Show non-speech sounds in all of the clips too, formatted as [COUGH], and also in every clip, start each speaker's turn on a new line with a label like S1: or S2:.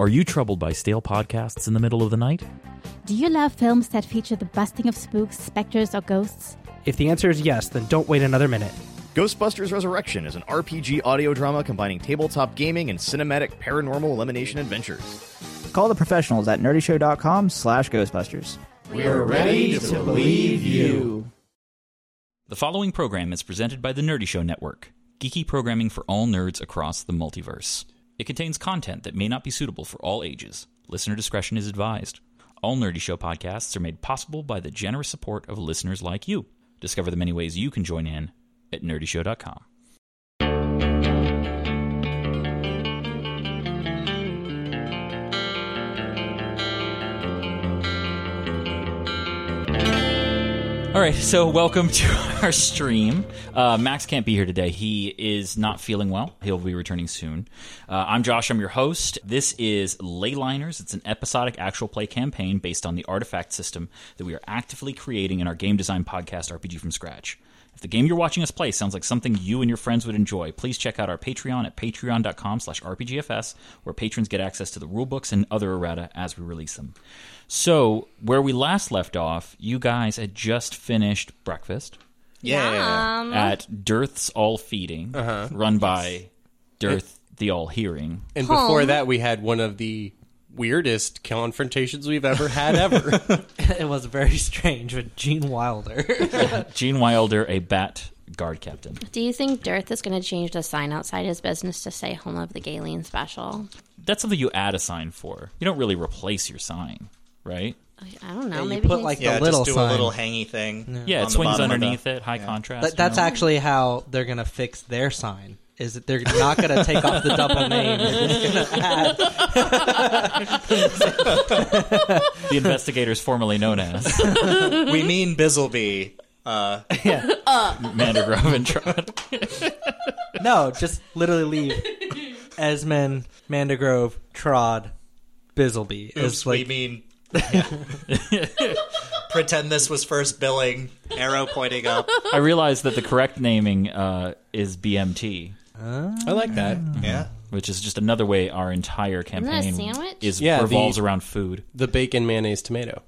S1: Are you troubled by stale podcasts in the middle of the night?
S2: Do you love films that feature the busting of spooks, specters, or ghosts?
S3: If the answer is yes, then don't wait another minute.
S4: Ghostbusters Resurrection is an RPG audio drama combining tabletop gaming and cinematic paranormal elimination adventures.
S5: Call the professionals at nerdyshow.com slash Ghostbusters.
S6: We're ready to believe you.
S1: The following program is presented by the Nerdy Show Network, geeky programming for all nerds across the multiverse. It contains content that may not be suitable for all ages. Listener discretion is advised. All Nerdy Show podcasts are made possible by the generous support of listeners like you. Discover the many ways you can join in at nerdyshow.com. All right, so welcome to [LAUGHS] our stream. Uh, Max can't be here today. He is not feeling well. He'll be returning soon. Uh, I'm Josh. I'm your host. This is Leyliners. It's an episodic actual play campaign based on the artifact system that we are actively creating in our game design podcast, RPG from Scratch. If the game you're watching us play sounds like something you and your friends would enjoy, please check out our Patreon at patreon.com slash rpgfs, where patrons get access to the rulebooks and other errata as we release them. So, where we last left off, you guys had just finished breakfast
S4: Yeah.
S1: at Dearth's All Feeding,
S6: Uh-huh.
S1: run by Dearth the All Hearing.
S7: And before that, we had one of the weirdest confrontations we've ever had [LAUGHS] ever.
S3: [LAUGHS] it was very strange with Gene Wilder.
S1: Gene Wilder, a bat guard captain.
S8: Do you think Dearth is going to change the sign outside his business to say home of the Galen special?
S1: That's something you add a sign for. You don't really replace your sign, right?
S8: I- I don't know.
S3: you
S8: maybe
S3: put
S8: he's-
S3: like the
S6: Yeah,
S3: little
S6: just do
S3: sign.
S6: a little hangy thing.
S1: Yeah,
S6: on
S1: it
S6: the
S1: swings
S6: bottom of
S1: [LAUGHS]
S6: the-
S1: underneath it, high contrast.
S3: That,
S1: you
S3: that's
S1: know?
S3: actually how they're gonna fix their sign. Is that they're not gonna take off the double name. They're just gonna add
S1: the investigators formerly known as
S6: We mean Bizzleby. Uh,
S1: Mandergrove and Trot.
S3: no, just literally leave Esmond, Mandagrove, Trod, Bizzleby.
S6: oops,
S3: Is like
S6: we mean. [LAUGHS] Pretend this was first billing. Arrow pointing up.
S1: I realized that the correct naming uh, is BMT,
S7: I like that.
S6: Yeah.
S1: which is just another way our entire
S8: that a
S1: campaign
S8: sandwich?
S1: is
S7: Yeah,
S1: revolves
S7: the-
S1: around food.
S7: The bacon mayonnaise tomato.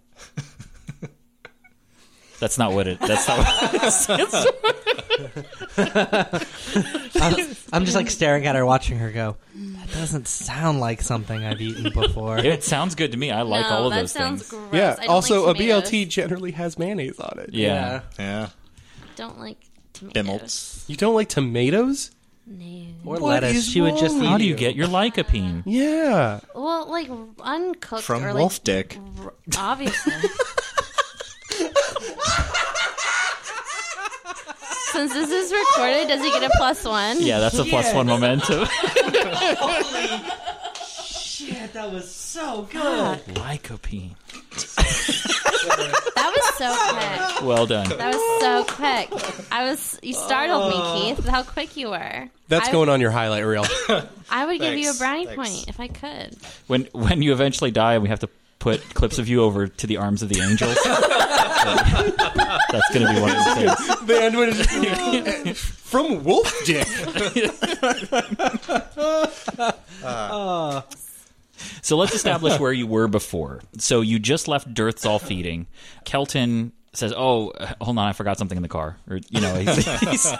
S1: That's not what it. That's not. What, [LAUGHS]
S3: I'm, I'm just like staring at her, watching her go. That doesn't sound like something I've eaten before.
S1: it sounds good to me. I like
S8: no,
S1: all of
S8: that
S1: those
S8: sounds
S1: things.
S8: gross. I
S7: Yeah.
S8: don't
S7: Also,
S8: like
S7: a BLT generally has mayonnaise on it.
S1: Yeah.
S6: Yeah.
S8: Don't like tomatoes.
S6: Bimmels.
S7: You don't like tomatoes?
S8: No.
S3: Or
S7: What
S3: lettuce.
S7: is
S3: She would just.
S7: wrong
S3: eat
S1: How do you get your
S7: [LAUGHS]
S1: lycopene?
S7: Yeah.
S8: Well, like uncooked
S7: [LAUGHS]
S6: From
S8: or like
S6: Wolf Dick.
S8: r- obviously. Since this is recorded, does he get a plus one?
S1: Yeah, that's a plus one momentum. [LAUGHS]
S3: Shit, that was so good.
S1: lycopene.
S8: That was so quick.
S1: Well done.
S8: That was so quick. I was. You startled me, Keith. with How quick you were.
S7: That's
S8: I-
S7: going on your highlight reel. [LAUGHS]
S8: I would give you a
S6: Thanks.
S8: brownie
S6: Thanks.
S8: point if I could.
S1: When when you eventually die, and we have to put clips of you over to the arms of the angels. that's gonna be one of the things.
S7: the end one is [LAUGHS] from Wolf Dick.
S1: So let's establish where you were before. So you just left Dearth's all feeding. Kelton says, "Oh, uh, hold on, I forgot something in the car." Or you know, he's, he's-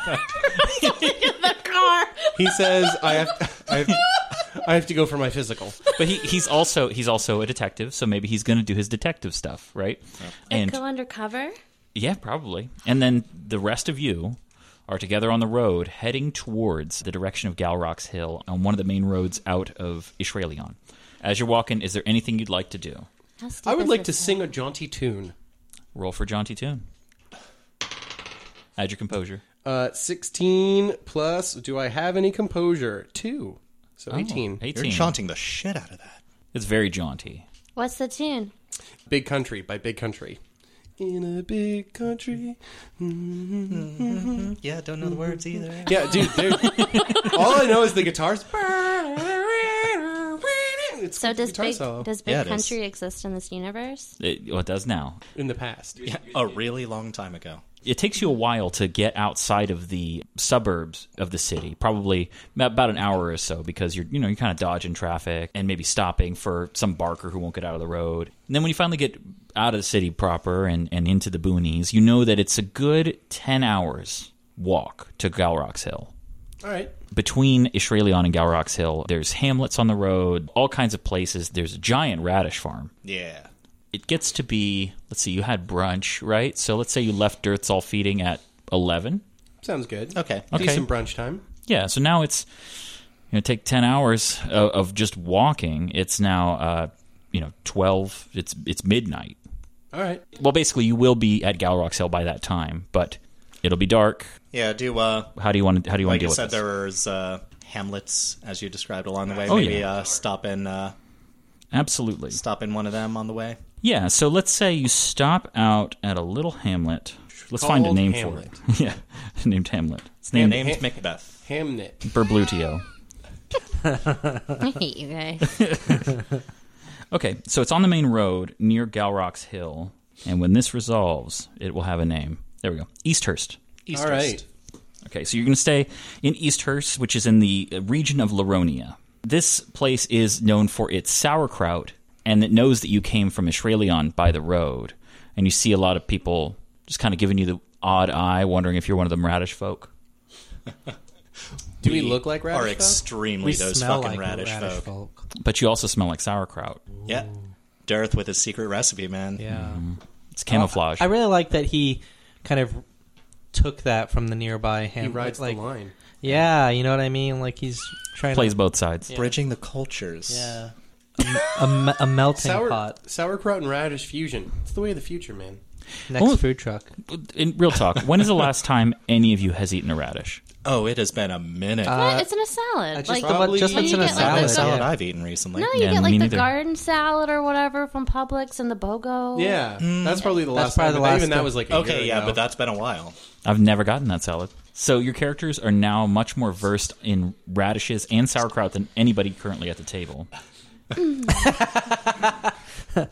S7: He says, "I have, I have, I have to go for my physical."
S1: but he, he's also he's also a detective, so maybe he's going to do his detective stuff, right? And
S8: Go undercover.
S1: yeah, probably. And then the rest of you are together on the road, heading towards the direction of Galrox Hill on one of the main roads out of Israelion. As you're walking, is there anything you'd like to do?
S8: How steep
S7: I would
S8: is
S7: like to
S8: this
S7: sing a jaunty tune.
S1: Roll for jaunty tune. Add your composure.
S7: Uh, 16 plus, do I have any composure? Two. So
S1: Oh,
S7: 18.
S1: 18. You're chaunting
S7: the shit out of that.
S1: It's very jaunty.
S8: What's the tune?
S7: Big Country by Big Country. In a big country.
S6: Mm-hmm.
S3: Yeah, don't know the words either.
S7: Yeah, dude. they're- [LAUGHS] all I know is the guitars. It's
S8: So does
S7: guitar
S8: big
S7: solo.
S8: does big
S7: Yeah, it is.
S8: country exist in this universe?
S1: It, well, it does now.
S7: In the past. Yeah,
S6: a really long time ago.
S1: It takes you a while to get outside of the suburbs of the city, probably about an hour or so, because you're you know you're kind of dodging traffic and maybe stopping for some barker who won't get out of the road. And then when you finally get out of the city proper and, and into the boonies, you know that it's a good ten hours walk to Galrock's Hill.
S7: All right.
S1: between Israelion and Galrox Hill, there's hamlets on the road, all kinds of places. There's a giant radish farm.
S6: Yeah.
S1: It gets to be, let's see, you had brunch, right? So let's say you left Dirt's all feeding at 11.
S7: Sounds good.
S6: Okay.
S1: Okay.
S7: Decent brunch time.
S1: Yeah, so now it's, you know, take 10 hours of, of just walking. It's now, uh, you know, 12, it's, it's midnight.
S7: All right.
S1: Well, basically, you will be at Galrox Hill by that time, but it'll be dark.
S6: Yeah, do uh
S1: How do you want to, how do you want
S6: like
S1: to
S6: you
S1: deal
S6: said
S1: with this?
S6: there was uh hamlets as you described along the way.
S1: Oh,
S6: Maybe
S1: yeah.
S6: uh stop in uh
S1: Absolutely.
S6: stop in one of them on the way.
S1: Yeah, so let's say you stop out at a little hamlet. Let's find a
S7: Called
S1: name
S7: Hamlet.
S1: for it. [LAUGHS] yeah, named Hamlet. It's
S6: Name
S1: named
S6: name's Macbeth.
S7: Hamnet.
S1: Berblutio.
S8: I hate [LAUGHS] you guys.
S1: Okay, so it's on the main road near Galrock's Hill, and when this resolves, it will have a name. There we go. Easthurst.
S7: All right.
S1: Okay, so you're going to stay in Easthurst, which is in the uh, region of Laronia. This place is known for its sauerkraut, and it knows that you came from Israelion by the road. And you see a lot of people just kind of giving you the odd eye, wondering if you're one of them radish folk.
S7: Do we, look like radish
S6: Are
S7: folk?
S6: extremely
S3: We
S6: those
S3: smell
S6: fucking
S3: like
S6: radish, folk.
S3: folk.
S1: But you also smell like sauerkraut.
S6: Yeah. Darth with his secret recipe, man.
S3: Yeah.
S1: It's camouflage.
S3: I really like that he kind of took that from the nearby
S7: He
S3: hamlet.
S7: rides
S3: like,
S7: the line.
S3: Yeah, you know what I mean? Like he's trying
S1: Plays
S3: to.
S1: both sides.
S6: Bridging the cultures.
S3: Yeah. A, me- a melting
S7: Sour,
S3: pot.
S7: sauerkraut and radish fusion. It's the way of the future, man.
S3: Next
S1: Oh.
S3: food truck.
S1: In real talk, when is the last time any of you has eaten a radish?
S6: Oh, it has been a minute.
S7: Uh,
S8: What? it's in a salad.
S3: just
S8: like
S3: the one- just
S8: when
S3: what's
S8: you
S3: in a
S8: get,
S6: Not
S8: like,
S6: a
S8: the
S3: salad,
S6: salad
S3: yeah.
S6: I've eaten recently.
S8: No, you
S1: Yeah,
S8: get like
S1: me
S8: the
S1: neither.
S8: garden salad or whatever from Publix and the BOGO.
S7: Yeah. That's probably the
S3: That's
S7: last
S3: probably
S7: time.
S3: the
S7: but
S3: last
S7: even that
S3: time.
S7: was like a year
S6: Mm. Okay, yeah,
S7: ago.
S6: but that's been a while.
S1: I've never gotten that salad. So your characters are now much more versed in radishes and sauerkraut than anybody currently at the table.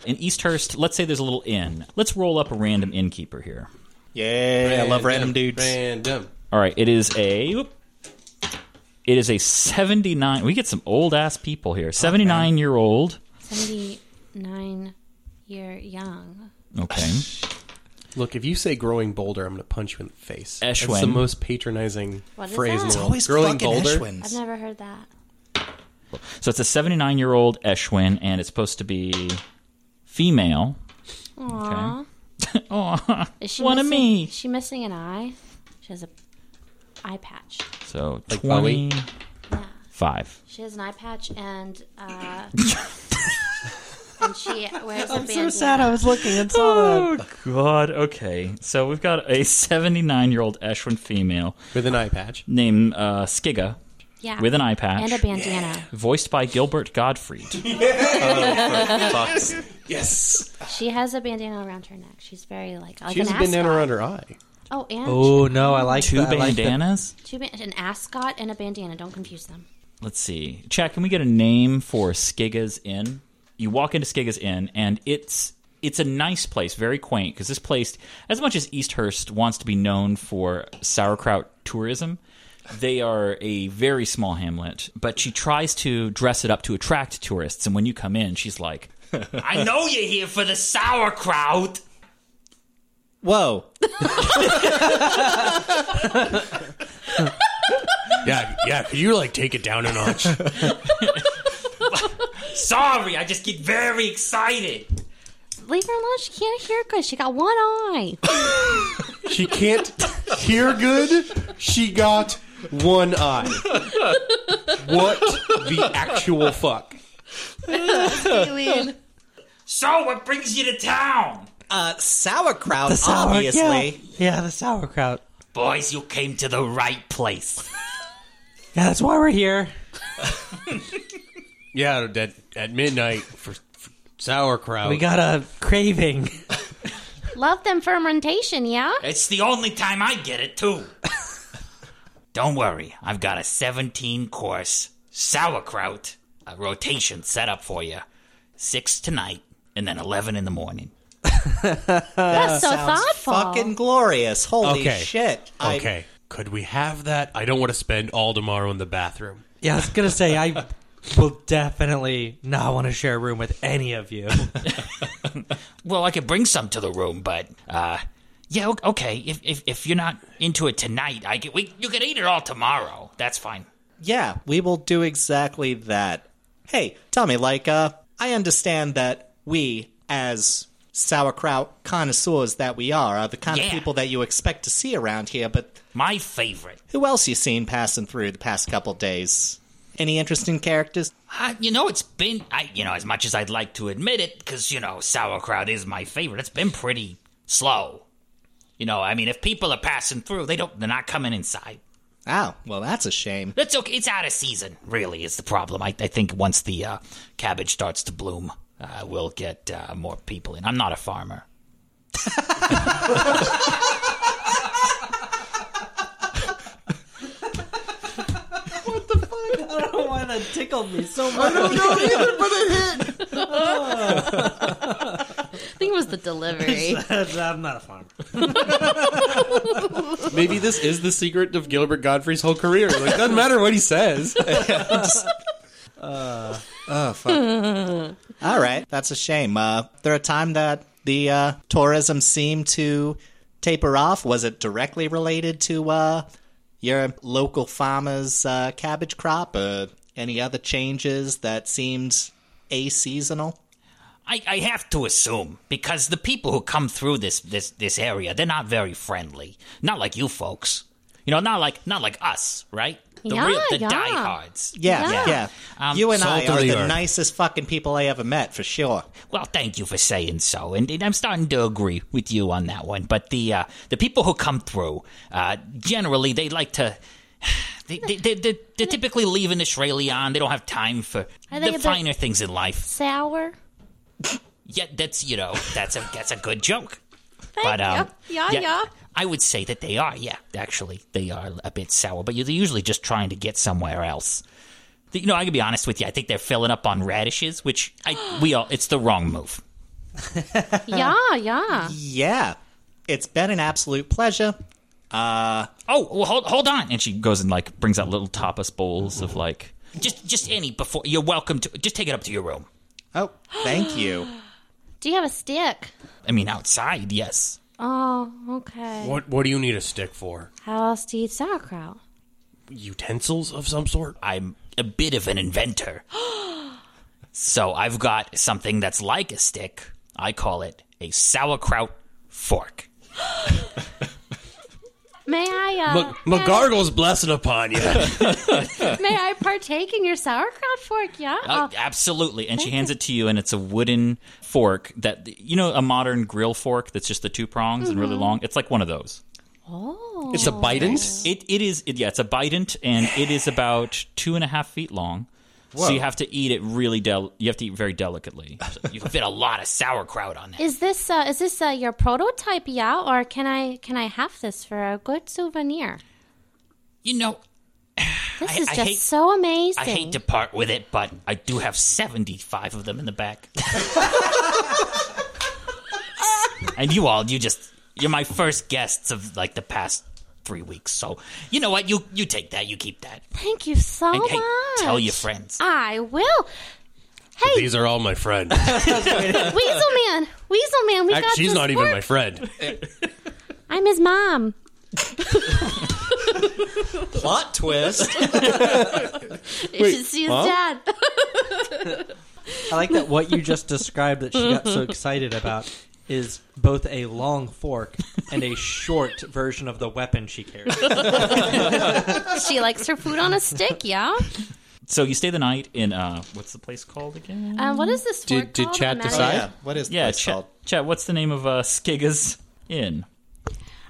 S1: in Easthurst, let's say there's a little inn. Let's roll up a random innkeeper here.
S6: Yeah, I love random dudes.
S7: Random.
S1: All right, it is a whoop. it is a 79. We get some old ass people here. 79 year old.
S8: 79 year young.
S1: Okay.
S7: Look, if you say growing boulder, I'm going to punch you in the face.
S1: Eshwin.
S7: That's the most patronizing
S8: What is
S7: phrase
S8: that?
S7: in
S8: It's
S7: the world. growing
S6: fucking
S7: boulder.
S6: Eshwins.
S8: I've never heard that.
S1: So it's a 79 year old Eshwin, and it's supposed to be female.
S8: Aww.
S1: [LAUGHS] Oh,
S8: Is she
S1: one
S8: missing,
S1: of me.
S8: Is she missing an eye? She has a eye patch.
S1: So
S7: Like Bowie?
S1: 25.
S8: Yeah. She has an eye patch and
S1: [LAUGHS]
S8: uh, and she wears a bandana.
S3: was looking and saw that.
S1: Oh, God, okay. So we've got a 79 year old Eshwin female
S7: With an eye patch.
S1: named uh, Skiga
S8: Yeah.
S1: with an eye patch,
S8: and a bandana.
S1: voiced by Gilbert
S3: [LAUGHS]
S1: Gottfried.
S6: Fox.
S7: Yes.
S8: She has a bandana around her neck. She's very like like
S7: She has
S8: an
S7: a bandana
S8: ascot.
S7: around her eye.
S8: Oh, and
S3: [LAUGHS] Oh no, I like
S1: Two
S3: that. I like that.
S1: bandanas?
S8: two ban- an ascot and a bandana. Don't confuse them.
S1: Let's see. Chad, can we get a name for Skiga's Inn? You walk into Skiga's Inn, and it's it's a nice place, very quaint, because this place, as much as Easthurst wants to be known for sauerkraut tourism, they are a very small hamlet. But she tries to dress it up to attract tourists, and when you come in, she's like, "I know you're here for the sauerkraut."
S6: Whoa.
S7: Yeah, yeah. Could you like take it down a notch?
S1: Sorry, I just get very excited.
S8: Leave her alone. She can't hear good. She got one eye.
S7: she can't hear good. She got one eye. What the actual fuck?
S1: So, what brings you to town?
S6: Uh, sauerkraut,
S3: Sauer-
S6: obviously.
S3: Yeah, yeah, the sauerkraut.
S1: Boys, you came to the right place.
S3: Yeah, that's why we're here.
S7: Yeah, at, at midnight for, for sauerkraut.
S3: We got a craving.
S8: Love them fermentation, yeah?
S1: It's the only time I get it, too. [LAUGHS] Don't worry, I've got a 17 course sauerkraut a rotation set up for you. Six tonight, and then 11 in the morning.
S8: That's so
S6: Sounds
S8: thoughtful.
S6: Fucking glorious. Holy
S7: Okay.
S6: shit. I-
S7: Okay, could we have that? I don't want to spend all tomorrow in the bathroom.
S3: Yeah, I was gonna say I will definitely not want to share a room with any of you.
S1: Well, I could bring some to the room, but, uh, yeah, o- okay. If, if, if you're not into it tonight, I can, we, you can eat it all tomorrow. That's fine.
S6: [LAUGHS] yeah, we will do exactly that. Hey, tell me, like, uh, I understand that we, as sauerkraut connoisseurs that we are, are the kind
S1: Yeah.
S6: of people that you expect to see around here, but
S1: My favorite.
S6: who else you seen passing through the past couple days? Any interesting characters?
S1: Uh, you know, it's been, I, you know, as much as I'd like to admit it, because, you know, sauerkraut is my favorite, it's been pretty slow. You know, I mean, if people are passing through, they don't, they're not coming inside.
S6: Oh, well, that's a shame.
S1: That's okay. It's out of season, really, is the problem. I, I think once the uh, cabbage starts to bloom, uh, we'll get uh, more people in. I'm not a farmer.
S3: [LAUGHS] I don't know why that tickled me so much.
S8: I think it was the
S3: [LAUGHS]
S8: delivery.
S3: [LAUGHS] I'm not a farmer.
S7: Maybe this is the secret of Gilbert Godfrey's whole career. Like, doesn't matter what he says.
S6: All right, that's a shame. Uh, there a time that the uh, tourism seemed to taper off. Was it directly related to uh, your local farmer's uh, cabbage crop or any other changes that seemed a-seasonal?
S1: I, I have to assume because the people who come through this, this this area, they're not very friendly. Not like you folks. You know, not like not like us, right? The
S8: Yeah,
S1: real the
S8: yeah.
S1: diehards.
S6: Yeah, yeah.
S8: Yeah.
S1: Um,
S6: you and
S7: salt
S6: I
S7: of
S6: are
S7: the
S6: the
S7: earth.
S6: nicest fucking people I ever met, for sure.
S1: Well, thank you for saying so, and, and I'm starting to agree with you on that one. But the uh, the people who come through, uh, generally, they like to. [SIGHS] They, they, they, they, they're typically leaving Israeli on. They don't have time for
S8: Are they
S1: the
S8: a bit-
S1: finer things in life.
S8: Sour.
S1: Yeah, that's you know that's a that's a good joke.
S8: Thank
S1: But um,
S8: you. Yeah, yeah.
S1: I would say that they are. Yeah, actually, they are a bit sour. But they're usually just trying to get somewhere else. The- You know, I can be honest with you. I think they're filling up on radishes, which I we all it's the wrong move.
S8: Yeah, yeah.
S6: Yeah, it's been an absolute pleasure.
S1: oh well, hold, hold on and she goes and like brings out little tapas bowls of like just just any before you're welcome to just take it up to your room
S6: Oh, thank you.
S8: Do you have a stick?
S1: i mean outside yes
S8: Oh, okay.
S7: [LAUGHS] what What do you need a stick for?
S8: How else do you eat sauerkraut?
S7: Utensils of some sort.
S1: i'm a bit of an inventor
S8: [GASPS]
S1: so i've got something that's like a stick i call it a sauerkraut fork
S8: May I, uh,
S7: Ma- McGargle's blessing upon you.
S8: may I partake in your sauerkraut fork? Yeah.
S1: Uh,
S8: Oh,
S1: absolutely. And she hands it to you, and it's a wooden fork that, you know, a modern grill fork that's just the two prongs and
S8: Mm-hmm.
S1: really long. It's like one of those.
S7: It's a Biden's.
S1: It it is it, yeah, it's a bident, and it is about two and a half feet long. So you have to eat it really del. You have to eat very delicately. So you fit a lot of sauerkraut on that.
S8: is this uh, is this uh, your prototype? Yeah, or can I can I have this for a good souvenir?
S1: You know, [SIGHS]
S8: This
S1: I-
S8: is
S1: I
S8: just
S1: hate-
S8: so amazing.
S1: I hate to part with it, but I do have seventy five of them in
S9: [LAUGHS]
S1: the back. and you all, you just you're my first guests of like the past three weeks. So you know what? You you take that. You keep that.
S8: Thank you so
S1: And
S8: much.
S1: hey, tell your friends.
S8: I will. Hey,
S7: These are all my
S8: [LAUGHS]
S7: friends.
S8: Weasel Man, Weasel Man, we
S7: Act-
S8: got
S7: She's
S8: this
S7: not even
S8: work.
S7: my friend.
S8: I'm his mom.
S6: Plot twist. [LAUGHS]
S8: You should see his dad. [LAUGHS]
S3: I like that what you just described that she got so excited about is both a long fork and a short version of the weapon she carries.
S8: she likes her food on a stick. Yeah.
S1: So you stay the night in uh, what's the place called again?
S9: Uh,
S8: Um, what is this?
S7: Did-
S8: fork
S7: did
S8: called?
S7: Chad
S8: The magic-
S7: decide?
S6: yeah, what is
S1: Yeah,
S6: this
S1: Chet,
S6: called?
S1: Chet, what's the name of uh, Skigga's Inn?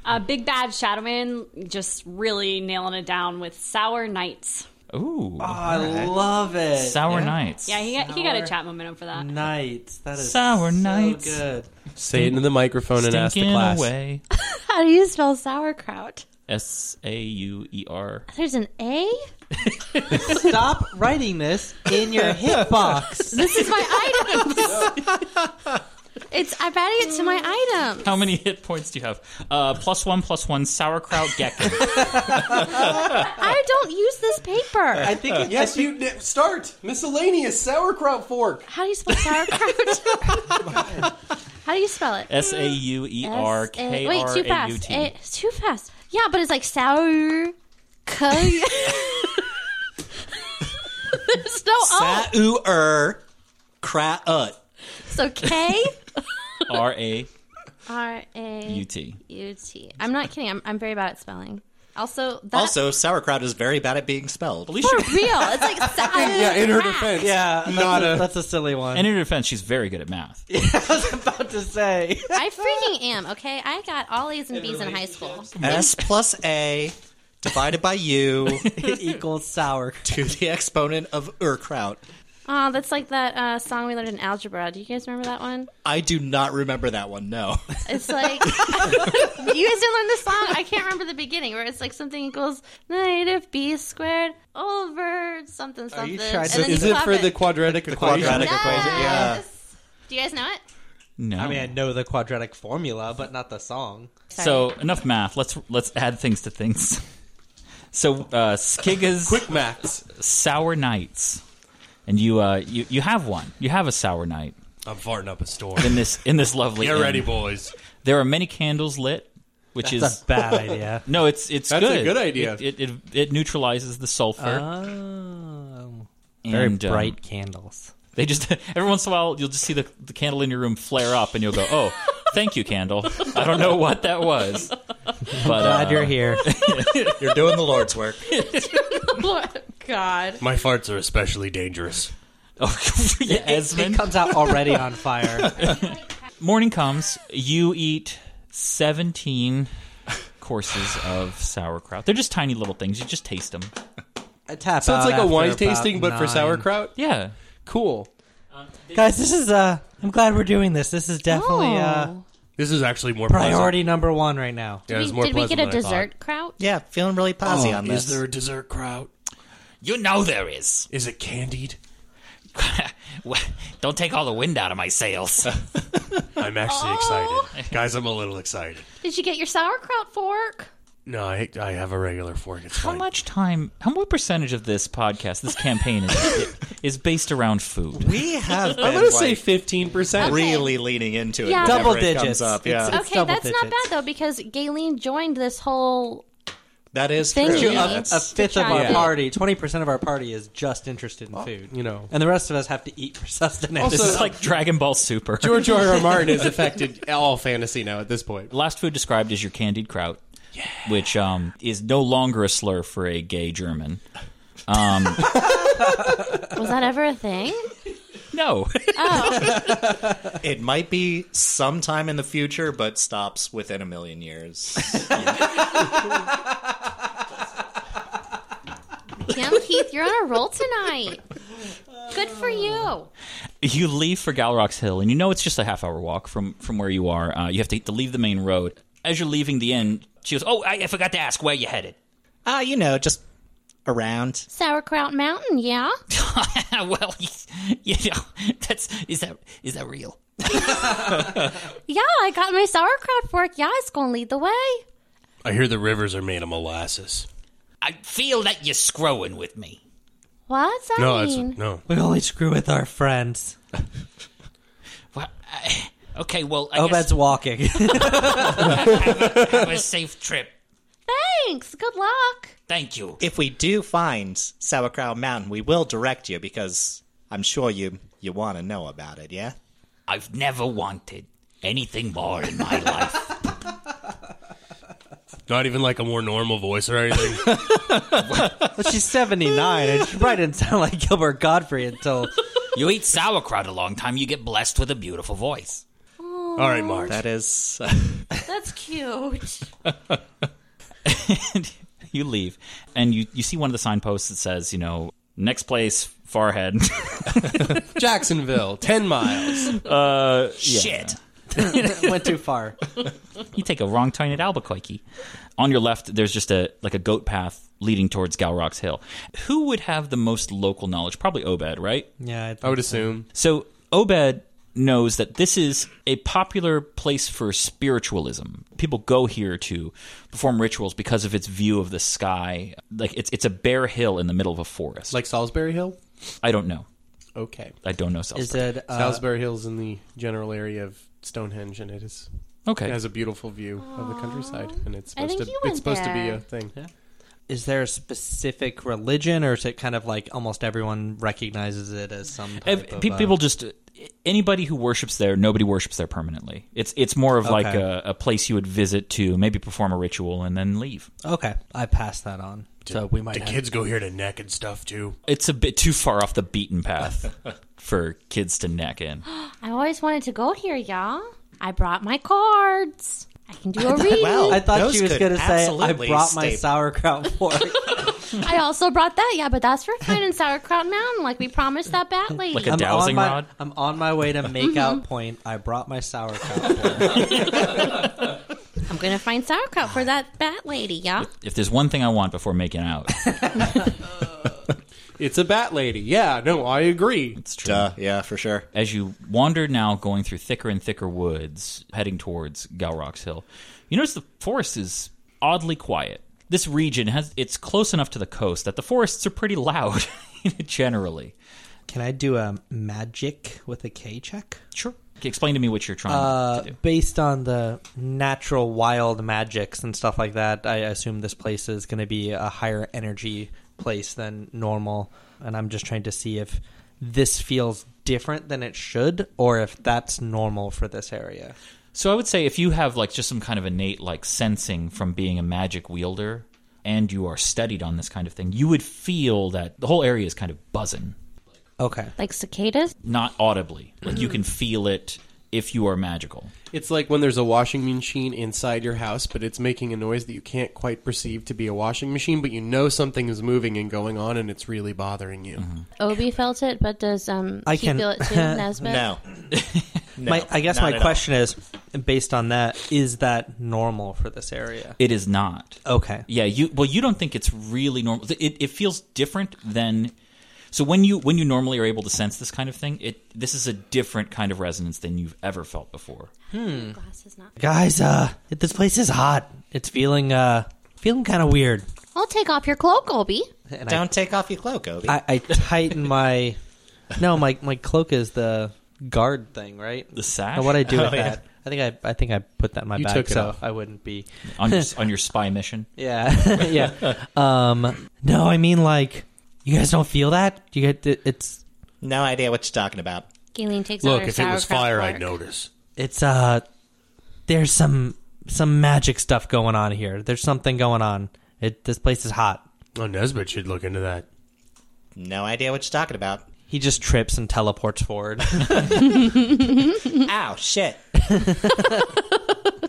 S9: Uh, Big Bad Shadowman just really nailing it down with Sour Nights.
S1: Ooh.
S3: I love it.
S1: Sour Nights.
S9: Uh, Yeah, he got, he got a chat momentum for that.
S3: Nights. That is
S1: Sour
S3: so
S1: Nights.
S3: good.
S7: Say it into the microphone and ask the
S1: Stinking
S7: class.
S1: away.
S8: How do you spell sauerkraut?
S1: S A U E R.
S8: There's an A?
S3: Stop writing this in your hitbox.
S8: This
S1: [LAUGHS]
S8: is my items. it's I'm adding it to my item.
S1: How many hit points do you have? Uh, plus one, plus one, sauerkraut gecko.
S8: I don't use this paper.
S1: I think it-
S7: yes, you did- start miscellaneous sauerkraut fork.
S8: How do you
S1: [LAUGHS]
S8: spell sauerkraut? How do you spell it?
S1: S A U E R K
S8: Wait,
S1: R
S8: too
S1: A U
S8: fast.
S1: T.
S8: It's too fast. Yeah, but it's like sour.
S1: [LAUGHS]
S8: There's no O.
S1: E
S6: Sa-u-er, cra-ut.
S8: So K
S1: R A
S8: R A
S1: U T.
S8: U T. I'm not kidding. I'm, I'm very bad at spelling. Also, that
S6: Also, sauerkraut is very bad at being spelled. At
S8: for real,
S1: [LAUGHS]
S8: it's like sour.
S7: defense.
S3: Yeah,
S6: Not
S3: that's
S6: a-
S3: that's a silly one. [LAUGHS]
S1: And in her defense, she's very good at math.
S3: about to say.
S8: I freaking am. Okay, I got all A's and B's in high
S3: [LAUGHS]
S8: school.
S6: S plus A divided
S3: [LAUGHS]
S6: by U
S3: equals sour
S6: to the exponent of urkraut.
S8: Oh, that's like that uh, song we learned in algebra. Do you guys remember that one?
S6: I do not remember that one. No.
S3: [LAUGHS]
S8: It's like [LAUGHS] you guys didn't learn the song. I can't remember the beginning where it's like something equals negative b squared over something
S7: Oh,
S8: something.
S3: trying
S8: and
S7: So
S8: then you
S7: is it
S8: clap
S7: for the quadratic [LAUGHS] equation?
S6: quadratic equation. Yeah.
S8: Yes. Do you guys know it?
S1: No.
S3: I mean, I know the quadratic formula, but not the song.
S1: so enough math. Let's let's add things to things. So uh, [LAUGHS] Skiga's
S7: Quick maths.
S1: sour nights, and you uh you you have one. You have a sour night
S7: I'm farting up a storm.
S1: in this in this lovely.
S7: Get
S1: inn.
S7: ready, boys.
S1: There are many candles lit, which
S3: That's
S1: is
S3: a bad
S7: [LAUGHS]
S3: idea.
S1: no, it's it's
S7: That's a
S1: good.
S7: good idea.
S1: It it, it, it neutralizes the sulfur.
S3: Oh. Very
S1: and, um,
S3: bright candles.
S1: [LAUGHS] They just [LAUGHS] every once in a while you'll just see the, the candle in your room flare up and you'll go, "Oh, thank you, candle." I don't know what that was, [LAUGHS] but
S3: Glad
S1: uh,
S3: you're
S7: [LAUGHS]
S3: here.
S6: You're doing the Lord's work.
S8: Lord God.
S7: My farts are especially dangerous.
S1: Oh, [LAUGHS] yeah,
S3: It
S1: Esmond.
S3: comes out already on
S7: [LAUGHS]
S3: fire.
S1: Morning comes. You eat seventeen courses of sauerkraut. They're just tiny little things. You just taste them.
S3: I tap
S7: So it's
S3: out
S7: like a
S3: after
S7: wine
S3: about
S7: tasting, but for
S3: nine.
S7: sauerkraut.
S1: Yeah.
S7: Cool.
S3: Guys, this is uh I'm glad we're doing this. This is definitely uh
S7: This is actually more
S3: priority number one right now.
S7: Yeah,
S8: Did
S7: it's
S8: we,
S7: more
S8: did we
S7: pleasant
S8: get a
S7: than I thought.
S8: dessert kraut?
S6: Yeah, feeling really
S7: Oh,
S6: posy on this.
S7: a dessert kraut?
S1: You know there is. [LAUGHS]
S7: Is it [LAUGHS] candied?
S1: Don't take all the wind out of my [LAUGHS] sails.
S7: I'm actually excited, guys. I'm a little excited.
S8: Did you get your sauerkraut fork?
S7: No, I, I have a regular fork. It's
S1: how
S7: fine.
S1: much time? How what percentage of this podcast, this campaign, is [LAUGHS] is based around food?
S6: We have been
S7: [LAUGHS] I'm gonna say
S6: like,
S7: fifteen percent.
S6: really leaning into it.
S8: Yeah.
S6: whenever
S3: Double
S6: it comes
S3: digits.
S6: up, Yeah,
S3: It's- it's-
S8: okay,
S3: double
S8: that's not
S3: digits.
S8: bad though because Galen joined this whole.
S6: that is true.
S8: Thank you.
S6: Yeah,
S8: A-
S6: that's-
S3: A fifth of
S8: try
S3: our
S8: it.
S3: party, twenty percent of our party is just interested in food.
S7: You know,
S3: And the rest of us have to eat for [LAUGHS] sustenance.
S1: This is like Dragon Ball Super.
S7: George R. R. Martin has affected all fantasy now at this
S1: [LAUGHS]
S7: point.
S1: Last food described is your candied kraut, which um, is no longer a slur for a gay German. Um,
S7: [LAUGHS]
S8: Was that ever a thing?
S1: No,
S6: It might be sometime in the future, but stops within a million years.
S8: Damn, Keith, you're on a roll tonight. Good for you.
S1: you leave for Galrox Hill, and you know it's just a half hour walk from from where you are. Uh, you have to, to leave the main road. As you're leaving the inn, she goes, "Oh, I, I forgot to ask where you headed." [LAUGHS]
S6: Ah, you know, just around.
S8: Sauerkraut Mountain, yeah.
S1: well, [LAUGHS] you, you know, that's is that is that real?
S8: Yeah, I got my sauerkraut fork. Yeah, it's gonna lead the way.
S7: I hear the rivers are made of molasses.
S1: I feel that you're screwing with me.
S8: What's that
S7: No, that's
S8: mean?
S7: no.
S3: we only screw with our friends.
S1: Well, I, [LAUGHS] okay, well, I
S3: Obed's [LAUGHS] walking.
S1: guess have [LAUGHS] a safe trip.
S8: Thanks. Good luck.
S1: Thank you.
S6: [LAUGHS] If we do find Sauerkraut Mountain, we will direct you because I'm sure you you want to know about it. Yeah.
S1: I've never wanted anything more in my life. [LAUGHS]
S7: Not even like a more normal voice or anything.
S3: but she's seventy nine and she probably didn't sound like Gilbert Godfrey until
S1: You eat sauerkraut a long time, you get blessed with a beautiful voice.
S8: Oh.
S7: All right, Marge.
S6: That is.
S8: That's cute.
S1: [LAUGHS] you leave and you, you see one of the signposts that says, you know, next place, far ahead. [LAUGHS]
S7: [LAUGHS] Jacksonville, 10 miles.
S1: Uh, yeah.
S7: Shit.
S3: Went too far.
S1: you take a wrong turn at Albuquerque. On your left, there's just a like a goat path leading towards Galrock's Hill. Who would have the most local knowledge? Probably Obed, right?
S3: Yeah, I'd
S7: I would assume.
S1: So Obed knows that this is a popular place for spiritualism. People go here to perform rituals because of its view of the sky. Like it's it's a bare hill in the middle of a forest.
S7: Like Salisbury Hill?
S1: I don't know.
S7: Okay.
S1: I don't know Salisbury.
S3: it, uh,
S7: Salisbury Hill's in the general area of Stonehenge, and it is.
S1: Okay.
S7: It has a beautiful view of the countryside, and it's
S8: I think
S7: supposed to
S8: you went
S7: it's supposed to be
S8: there.
S7: a thing.
S3: Is there a specific religion, or is it kind of like almost everyone recognizes it as some type
S1: Ev-
S3: of,
S1: pe-
S3: uh,
S1: people just anybody who worships there nobody worships there permanently it's it's more of like
S3: Okay.
S1: a, a place you would visit to maybe perform a ritual and then leave
S3: Okay, I passed that on. So we might.
S7: Do
S3: have-
S7: kids go here to neck and stuff too?
S1: it's a bit too far off the beaten
S3: [LAUGHS]
S1: path for kids to neck in
S8: I always wanted to go here, y'all. I brought my cards. I can do a read.
S6: Wow.
S3: I thought
S6: Those
S3: she was
S6: could
S3: going to say, "I
S6: absolutely
S3: brought my
S6: stay-
S3: sauerkraut [LAUGHS] fork."
S8: I also brought that, yeah, but that's for finding Sauerkraut Mountain, like we promised that bat lady.
S1: Like a dowsing
S3: on my,
S1: rod?
S3: I'm on my way to make out point. I brought my sauerkraut fork.
S8: I'm gonna find sauerkraut for that bat lady, y'all.
S1: if there's one thing i want before making out
S7: It's a bat lady. Yeah, no, I agree.
S1: it's true
S6: Duh, yeah, for sure.
S1: as you wander now going through thicker and thicker woods heading towards Galrock's Hill, you notice the forest is oddly quiet. This region has it's close enough to the coast that the forests are pretty loud [LAUGHS] generally.
S3: Can I do a magic with a K check?
S1: Sure. Explain to me what you're trying
S3: Uh,
S1: to do.
S3: based on the natural wild magics and stuff like that, I assume this place is going to be a higher energy place than normal. And I'm just trying to see if this feels different than it should, or if that's normal for this area.
S1: So I would say if you have like just some kind of innate like sensing from being a magic wielder and you are studied on this kind of thing, you would feel that the whole area is kind of buzzing.
S3: Okay.
S8: Like cicadas?
S1: Not audibly. Like you can feel it if you are magical.
S7: It's like when there's a washing machine inside your house, but it's making a noise that you can't quite perceive to be a washing machine, but you know something is moving and going on, and it's really bothering you.
S8: Obi felt it, but does um
S3: I
S8: she
S3: can- [LAUGHS]
S8: feel it too, Nesbit?
S6: No. [LAUGHS] No,
S3: my, I guess
S6: not
S3: my
S6: at all.
S3: question is, based on that, is that normal for this area?
S1: It is not.
S3: Okay.
S1: Yeah, you well, you don't think it's really normal. It, it feels different than so when you when you normally are able to sense this kind of thing. It this is a different kind of resonance than you've ever felt before.
S8: Glasses not.
S3: Guys, uh, this place is hot. It's feeling, uh, feeling kind of weird.
S8: I'll take off your cloak, Obi.
S3: And I
S6: Don't take off your cloak, Obi.
S3: I, I tighten my. No, my my cloak is the guard thing, right?
S1: The sash?
S3: And what I do with
S6: Oh, yeah.
S3: that? I think I I think I put that in my
S7: You
S3: bag,
S7: took it
S3: so
S7: off.
S3: I wouldn't be.
S1: On
S3: [LAUGHS]
S1: your on your spy mission,
S3: Yeah, [LAUGHS] yeah. Um, no, I mean like you guys don't feel that. You get it- it's
S6: no idea what you're talking about.
S8: Galen takes out her sauerkraut fork.
S7: notice.
S3: it's uh there's some some magic stuff going on here. There's something going on. It this place is hot.
S7: Oh, Nesbitt should look into that.
S6: No idea what you're talking about.
S3: He just trips and teleports forward.
S6: Ow, shit.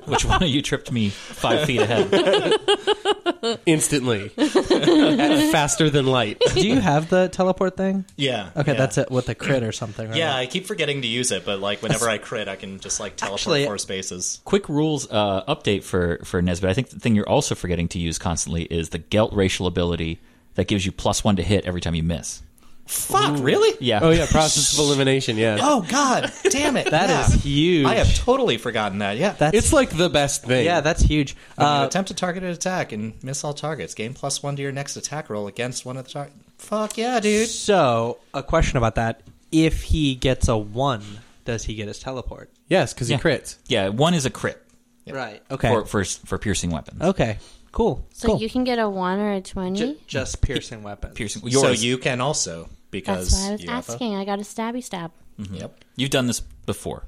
S1: which one of you tripped me five feet
S3: [LAUGHS]
S1: ahead?
S7: [LAUGHS] Instantly. At faster than [LAUGHS] light.
S3: [LAUGHS] do you have the teleport thing?
S6: Yeah.
S3: Okay,
S6: yeah.
S3: that's it with a crit or something. Right?
S6: Yeah, I keep forgetting to use it, but like whenever I crit, I can just like teleport
S3: Actually-
S6: four spaces.
S1: Quick rules uh, update for for Nesbitt. I think the thing you're also forgetting to use constantly is the Gelt racial ability that gives you plus one to hit every time you miss.
S6: Fuck, really?
S1: Yeah.
S7: Oh, yeah, process of elimination, yeah.
S6: Oh god, damn
S3: [LAUGHS]
S6: it.
S3: That is huge.
S6: I have totally forgotten that. Yeah.
S3: That's
S7: It's like the best thing.
S3: yeah, that's huge.
S6: When you
S3: Uh,
S6: attempt a targeted attack and miss all targets. Gain plus one to your next attack roll against one of the targets. Fuck yeah, dude.
S3: so a question about that: If he gets a one, does he get his teleport?
S7: yes, because he crits.
S1: Yeah, one is a crit
S3: Right. Okay.
S1: for, for for piercing weapons.
S3: okay. Cool.
S8: So
S3: cool.
S8: you can get a one or a twenty.
S3: Ju- just piercing weapons.
S1: Piercing.
S6: So
S1: Yours.
S6: you can also because
S8: That's why I was
S6: UFO.
S8: asking. I got a stabby stab.
S6: Mhm. Yep.
S1: You've done this before.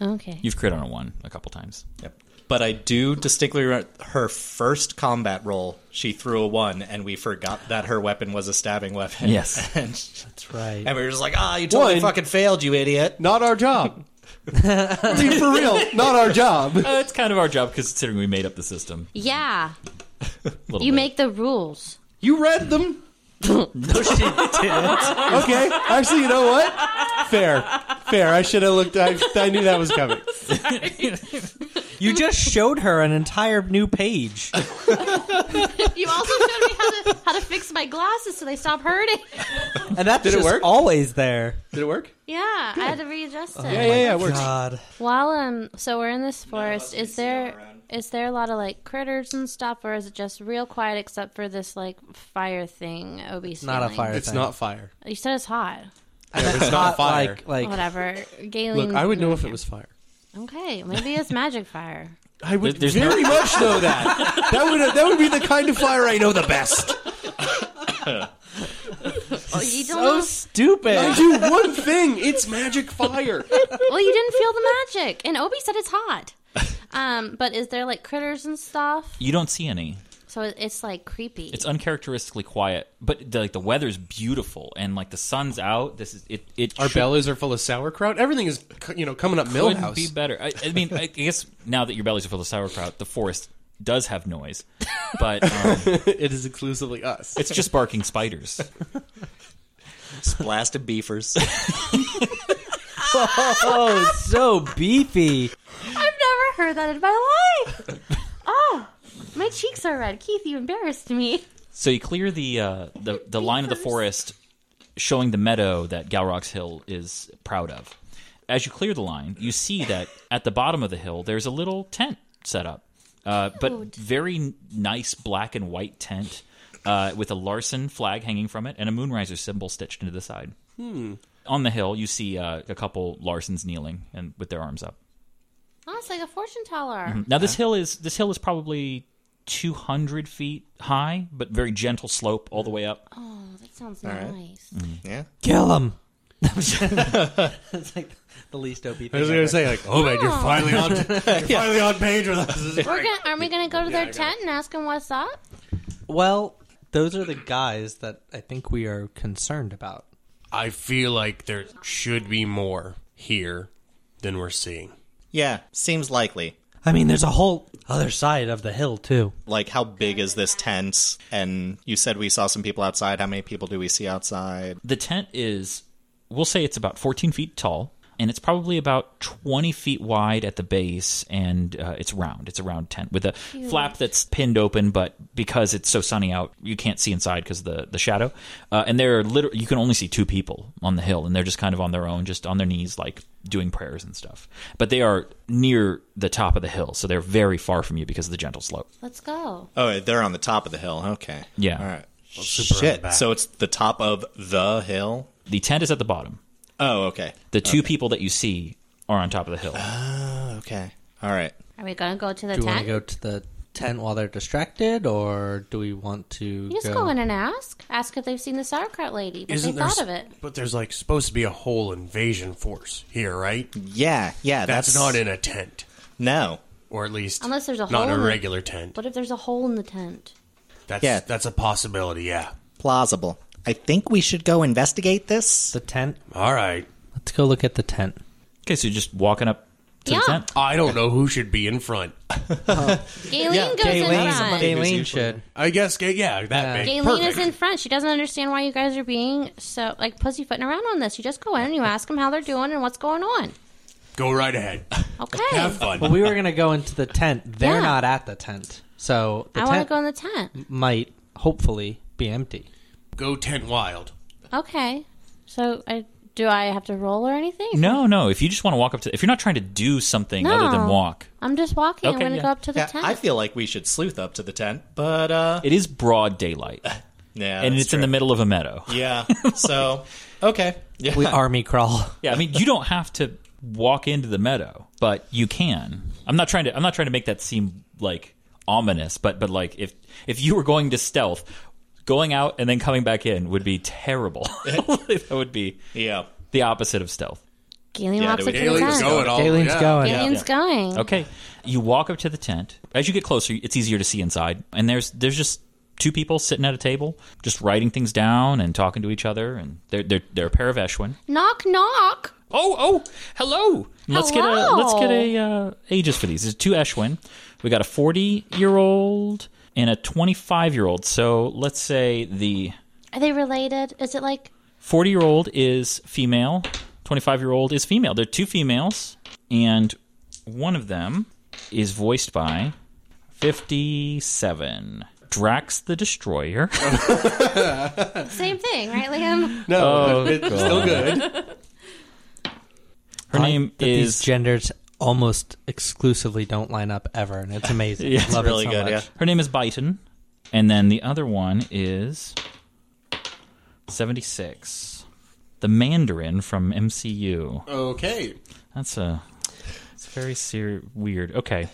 S8: Okay.
S1: You've crit on a one a couple times.
S6: Yep. But I do distinctly remember her first combat roll. She threw a one, and we forgot that her weapon was a stabbing weapon.
S1: Yes.
S6: [LAUGHS] and,
S3: That's right.
S6: and we were just like, "Ah, you totally
S7: One. [LAUGHS]
S6: fucking failed, you idiot!"
S7: Not our job. I mean, for real, not our job.
S1: Uh, it's kind of our job because considering we made up the system.
S8: Yeah.
S1: Little
S8: you
S1: bit.
S8: make the rules.
S7: You read [LAUGHS] them.
S1: no, she
S8: didn't.
S7: okay, actually, you know what? Fair, fair. I should have looked. I, I knew that was coming.
S3: You just showed her an entire new [LAUGHS] page.
S8: [LAUGHS] you also showed me how to, how to fix my glasses so they stop hurting.
S3: And that's
S7: Did it
S3: just
S7: work?
S3: always there.
S7: Did it work?
S8: Yeah, I had to readjust it.
S3: Uh-huh. my God.
S8: While um, so we're in this forest. is there is there a lot of like critters and stuff, or is it just real quiet except for this like fire thing? Obie's
S3: Not a
S8: feeling?
S3: fire
S7: It's
S3: thing.
S7: not fire.
S8: You said it's hot.
S7: Yeah, but [LAUGHS] it's not fire.
S3: Like, like
S8: whatever. Galen.
S7: Look, I would know if it was fire.
S8: Okay, maybe it's magic
S7: [LAUGHS]
S8: fire.
S7: I would
S1: There- there's
S7: very
S1: no-
S7: much know that. That would that would be the kind of fire I know the best.
S8: Oh, you don't.
S7: So
S8: know-
S3: stupid.
S7: I do one thing. It's magic fire.
S8: well, you didn't feel the magic, and Obi said it's
S7: [LAUGHS]
S8: hot. Um, but is there like critters and stuff?
S1: You don't see any.
S8: So it- it's like creepy.
S1: It's uncharacteristically quiet, but the, like the weather's beautiful and like the sun's out. This is it. It
S7: Our
S1: should-
S7: bellies are full of sauerkraut. Everything is c- you know coming up
S1: couldn't
S7: millhouse.
S1: be better. I, I mean, I guess now that your bellies are full of sauerkraut, the forest does have noise, but um,
S7: [LAUGHS] it is exclusively us.
S1: it's just barking spiders.
S6: Blasted beefers.
S3: Oh, so beefy.
S8: I've never heard that in my life.
S7: [LAUGHS]
S8: Oh, my cheeks are red. Keith, you embarrassed me.
S1: So you clear the uh, the the line of the forest, showing the meadow that Galrox Hill is proud of. As you clear the line, you see that at the bottom of the hill there's a little tent set up, uh, but very n- nice black and white tent uh, with a Larson flag hanging from it and a Moonriser symbol stitched into the side.
S7: Hmm.
S1: On the hill, you see uh, a couple Larsons kneeling and with their arms up.
S8: Oh, it's like a fortune teller.
S7: Mm-hmm.
S1: Mhm. Now this hill is this hill is probably 200 feet high, but very gentle slope all the way up.
S8: Oh, that sounds
S6: All right.
S8: nice.
S6: [LAUGHS]
S7: Mm-hmm.
S6: Yeah.
S3: Kill him. [LAUGHS] it's like the least OP thing.
S7: I was gonna
S3: ever.
S7: say like, oh man, you're finally [LAUGHS] on, you're finally on page with us. This is
S8: We're
S7: great.
S8: gonna, aren't we going to go to their tent and ask them what's up?
S3: Well, those are the guys that I think we are concerned about.
S7: I feel like there should be more here than we're seeing.
S6: Yeah, seems likely.
S3: I mean, there's a whole other side of the hill too.
S6: Like, how big is this tent? And you said we saw some people outside. How many people do we see outside?
S1: The tent is, we'll say it's about 14 feet tall, and it's probably about 20 feet wide at the base, and uh, it's round. It's a round tent with a
S10: Cute.
S1: flap that's pinned open, but because it's so sunny out, you can't see inside because the the shadow. Uh, and there are literally, you can only see two people on the hill, and they're just kind of on their own, just on their knees, like doing prayers and stuff. But they are near the top of the hill, so they're very far from you because of the gentle slope.
S8: Let's go.
S6: Oh, they're on the top of the hill. Okay.
S1: Yeah.
S6: All right.
S1: super on the
S6: Shit.
S1: back.
S6: So it's the top of the hill.
S1: The tent is at the bottom.
S6: Oh, okay.
S1: The two people that you see are on top of the hill.
S6: Oh, okay. All right.
S8: Are we going to go to the
S3: Do we want to
S8: tent?
S3: go to the tent while they're distracted, or do we want to
S8: You just go in and ask. Ask if they've seen the sauerkraut lady. What they
S7: there?
S8: thought of it.
S7: But there's like supposed to be a whole invasion force here, right?
S6: Yeah, yeah.
S7: That's,
S6: Uh, that's-
S7: not in a tent.
S6: No.
S7: Or at least
S8: Unless there's a
S7: not
S8: hole
S7: in
S8: in
S7: a
S8: it.
S7: regular tent.
S8: What if there's a hole in the tent?
S7: That's
S6: Yeah.
S7: that's a possibility. Yeah.
S6: Plausible. I think we should go investigate this.
S3: The tent.
S7: All right.
S3: Let's go look at the tent.
S1: Okay, so you're just walking up to
S8: Yeah.
S1: the tent.
S7: I don't know who should be in front.
S8: Galen goes in front.
S3: should.
S7: I guess. Yeah, that makes
S8: Galen
S7: perfect.
S8: is in front. She doesn't understand why you guys are being so like pussyfooting around on this. You just go in and you ask them how they're doing and what's going on.
S7: Go right ahead.
S8: Okay.
S7: Have fun.
S3: Well, we were gonna go into the tent. They're
S8: Yeah.
S3: not at the tent, so the
S8: I want to
S3: tent
S8: go in the tent.
S3: might hopefully be empty.
S7: Go tent wild.
S8: Okay. So I do I have to roll or anything?
S1: No, no. If you just want to walk up to, if you're not trying to do something other than
S8: No.
S1: walk,
S8: I'm just walking. I'm
S1: Okay,
S8: going to
S1: yeah.
S8: go up to the
S6: Yeah,
S8: tent.
S6: I feel like we should sleuth up to the tent, but uh,
S1: it is broad daylight,
S6: yeah,
S1: and
S6: [LAUGHS] that's
S1: it's in the
S6: true.
S1: middle of a meadow.
S6: [LAUGHS] Yeah. So
S1: [LAUGHS]
S6: okay. Yeah.
S3: We army crawl.
S1: Yeah, I mean, you don't have to walk into the meadow, but you can. I'm not trying to. I'm not trying to make that seem like ominous, but but like if if you were going to stealth, going out and then coming back in would be
S6: [LAUGHS]
S1: terrible. [LAUGHS] that would be
S6: [LAUGHS] Yeah.
S1: the opposite of stealth.
S8: Galen
S6: Yeah,
S8: walks
S6: do
S8: up
S6: we-
S8: to the
S6: Galen's
S8: tent.
S6: going
S1: Oh,
S6: all-
S3: Galen's
S6: yeah.
S3: going.
S8: Galen's going.
S1: Okay. You walk up to the tent. As you get closer, it's easier to see inside. And there's there's just two people sitting at a table, just writing things down and talking to each other. And they're they're, they're a pair of Eshwin.
S8: Knock knock.
S1: Oh oh, hello. Let's get a
S9: Hello.
S1: let's get a uh, ages for these. There's two Eshwin. We got a 40 year old and a 25 year old. So let's say the
S8: Are they related? Is it like
S1: 40 year old is female, 25 year old is female. They're two females, and one of them is voiced by 57. Drax the Destroyer.
S8: same thing, right, Liam?
S1: Oh,
S7: it's
S1: God.
S7: still good.
S1: Her name
S3: that
S1: is-
S3: these genders almost exclusively don't line up ever, and it's
S1: [LAUGHS]
S3: amazing.
S1: Yeah,
S3: Love it so much.
S1: Her name is Byton, and then the other one is 76. The Mandarin from MCU.
S7: Okay.
S1: That's a. It's very ser- weird. Okay.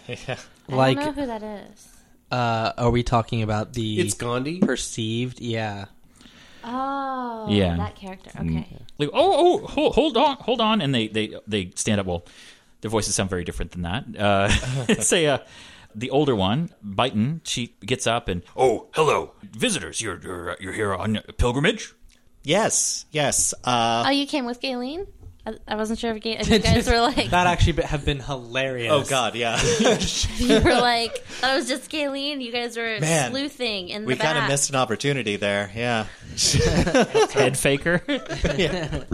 S3: Like,
S8: I don't know who that is.
S3: uh, are we talking about the?
S7: It's Gandhi?
S3: Perceived, yeah.
S8: Oh,
S1: yeah.
S8: that character. Okay.
S1: Like, oh, oh, hold, hold on, hold on, and they they they stand up. Well, their voices sound very different than that. Uh, [LAUGHS] say, uh, the older one, Byton, she gets up and oh, hello, visitors. You're you're, you're here on pilgrimage.
S6: Yes, yes. Uh,
S8: oh, you came with Galen? I, I wasn't sure if, Ga-
S1: [LAUGHS]
S8: if you
S3: [LAUGHS]
S8: guys were like,
S3: that actually be- have been hilarious.
S6: Oh, God, yeah. [LAUGHS]
S8: if [LAUGHS] you were like, that was just Galen. You guys were
S6: Man,
S8: sleuthing in the
S6: we
S8: back.
S6: kind of missed an opportunity there. Yeah.
S1: Head faker. [LAUGHS]
S6: yeah.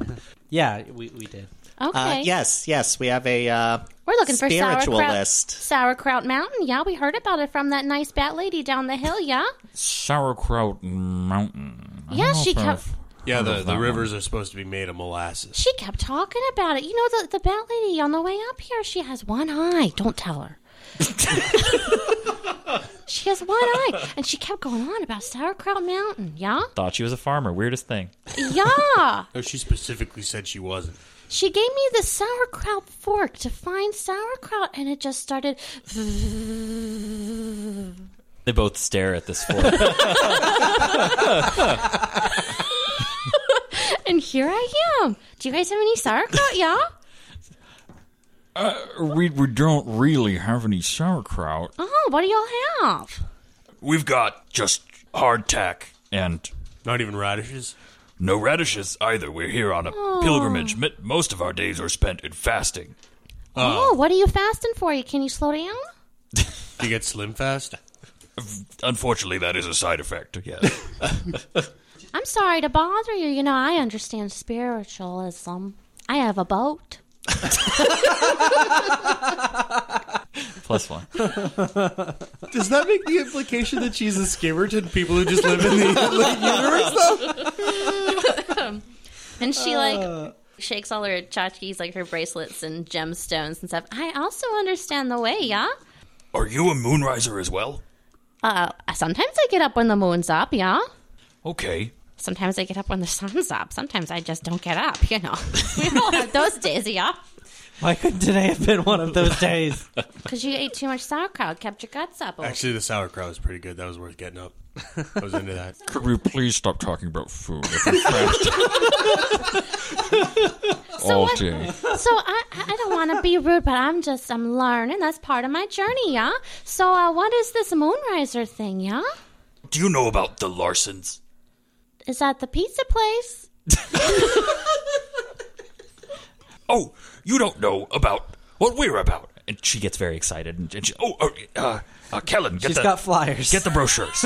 S3: yeah, we, we did.
S1: uh,
S8: Okay.
S6: Uh, yes, yes. We have a. Uh,
S8: We're looking for sauerkraut,
S6: spiritualist.
S8: sauerkraut Mountain. Yeah, we heard about it from that nice bat lady down the hill. Yeah.
S1: Sauerkraut Mountain. I don't
S8: Yeah,
S1: know
S8: she
S1: if I've
S8: kept-
S7: Yeah,
S1: heard
S7: the,
S1: of
S7: the
S1: that
S7: rivers
S1: one.
S7: are supposed to be made of molasses.
S8: She kept talking about it. You know, the, the bat lady on the way up here, she has one eye. Don't tell her. she has one eye. And she kept going on about Sauerkraut Mountain. Yeah?
S1: Thought she was a farmer. Weirdest thing.
S8: Yeah.
S7: No, she specifically said she wasn't.
S8: She gave me the sauerkraut fork to find sauerkraut, and it just started.
S1: They both stare at this fork.
S8: and here I am. Do you guys have any sauerkraut? Yeah?
S1: [LAUGHS] we we don't really have any sauerkraut.
S8: Oh, what do y'all have?
S10: We've got just hardtack and
S7: not even radishes.
S10: No radishes either. We're here on a
S8: Oh.
S10: pilgrimage. Mi- Most of our days are spent in fasting.
S8: oh, what are you fasting for? You Can you slow down?
S7: Do you get slim fast?
S10: Unfortunately, that is a side effect.
S1: [LAUGHS]
S10: Yes.
S8: I'm sorry to bother you. You know, I understand spiritualism. I have a boat.
S1: Plus one.
S7: Does that make the implication that she's a skimmer to people who just live in the like, universe?
S8: and she like shakes all her tchotchkes, like her bracelets and gemstones and stuff. I also understand the way, yeah.
S10: Are you a moonriser as well?
S8: Uh, sometimes I get up when the moon's up, yeah.
S10: Okay.
S8: Sometimes I get up when the [LAUGHS] sun's up. Sometimes I just don't get up, you know. [LAUGHS] we all have those days, yeah.
S3: Why couldn't today have been one of those [LAUGHS] days?
S8: Because you ate too much sauerkraut, kept your guts up.
S7: [LAUGHS] Actually, the sauerkraut was pretty good. That was worth getting up. I was into that.
S10: Could we please stop talking about food? If we're fast all
S8: what-
S10: day.
S8: so I, I I don't want to be rude, but I'm just I'm learning. That's part of my journey, yeah. So uh, what is this moonriser thing, yeah?
S10: Do you know about the Larsens?
S8: Is that the pizza place?
S10: Oh, you don't know about what we're about.
S1: And she gets very excited. And, and she,
S10: Oh, uh, uh, uh, Kellen, get
S1: She's
S10: the
S1: got
S3: flyers.
S10: Get the brochures.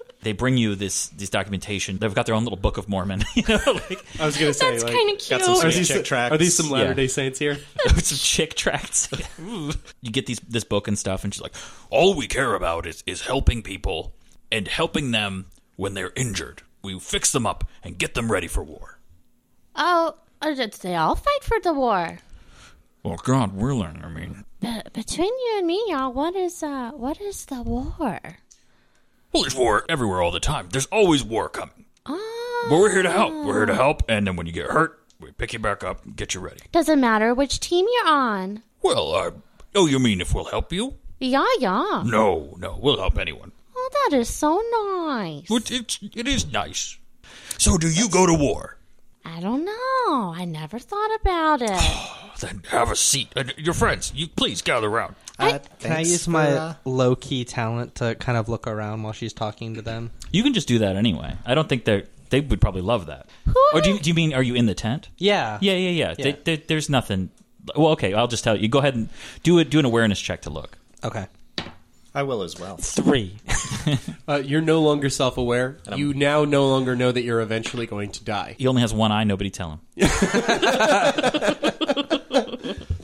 S1: [LAUGHS] they bring you this this documentation. They've got their own little Book of Mormon. [LAUGHS] you know, like
S7: [LAUGHS] I was gonna say,
S8: That's
S7: like,
S8: kinda
S7: Got some
S8: cute.
S7: sweet
S8: Are these-
S7: chick tracks.
S1: are these some Latter-day
S7: Saints here?
S1: some
S10: [LAUGHS]
S1: chick tracts. Ooh.
S10: you get these this book and stuff and she's like all we care about is is helping people and helping them when they're injured we fix them up and get them ready for war
S8: Oh, uh, did they all fight for the war?
S10: well god we're learning i mean
S8: Be- between you and me, y'all, what is uh, what is the war?
S10: well there's war everywhere all the time there's always war coming
S8: Um,
S10: but we're here to help we're here to help and then when you get hurt we pick you back up and get you ready
S8: Doesn't matter which team you're on.
S10: well uh, oh you mean if we'll help you
S8: Yeah, yeah.
S10: no no we'll help anyone
S8: Oh, that is so nice.
S10: it, it, it is nice so do you go to war
S8: I don't know. I never thought about it.
S10: then have a seat and your friends you please gather around
S3: Uh, Can I use my
S6: uh,
S3: low key talent to kind of look around while she's talking to them?
S1: You can just do that anyway. I don't think they're They would probably love that. Or do you, do you mean, are you in the tent?
S3: Yeah.
S1: Yeah, yeah, yeah. They, they, there's nothing. Well, okay, I'll just tell you. Go ahead and do, a, do an awareness check to look.
S3: Okay.
S6: I will as well.
S3: Three.
S7: uh, you're no longer self aware. You now no longer know that you're eventually going to die.
S1: He only has one eye, nobody tell him.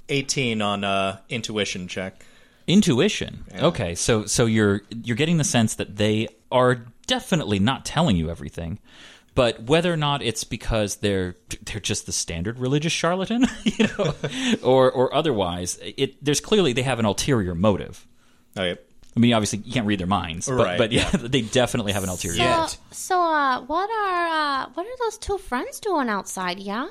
S6: 18 on uh, intuition check.
S1: Intuition. Okay, so so you're you're getting the sense that they are definitely not telling you everything, but whether or not it's because they're they're just the standard religious charlatan, [LAUGHS] you know, or or otherwise, it there's clearly they have an ulterior motive.
S6: Okay.
S1: I mean, obviously you can't read their minds, but
S6: Right,
S1: but yeah,
S6: yeah.
S1: [LAUGHS] they definitely have an ulterior.
S8: So, so uh, what are uh, what are those two friends doing outside? Yeah,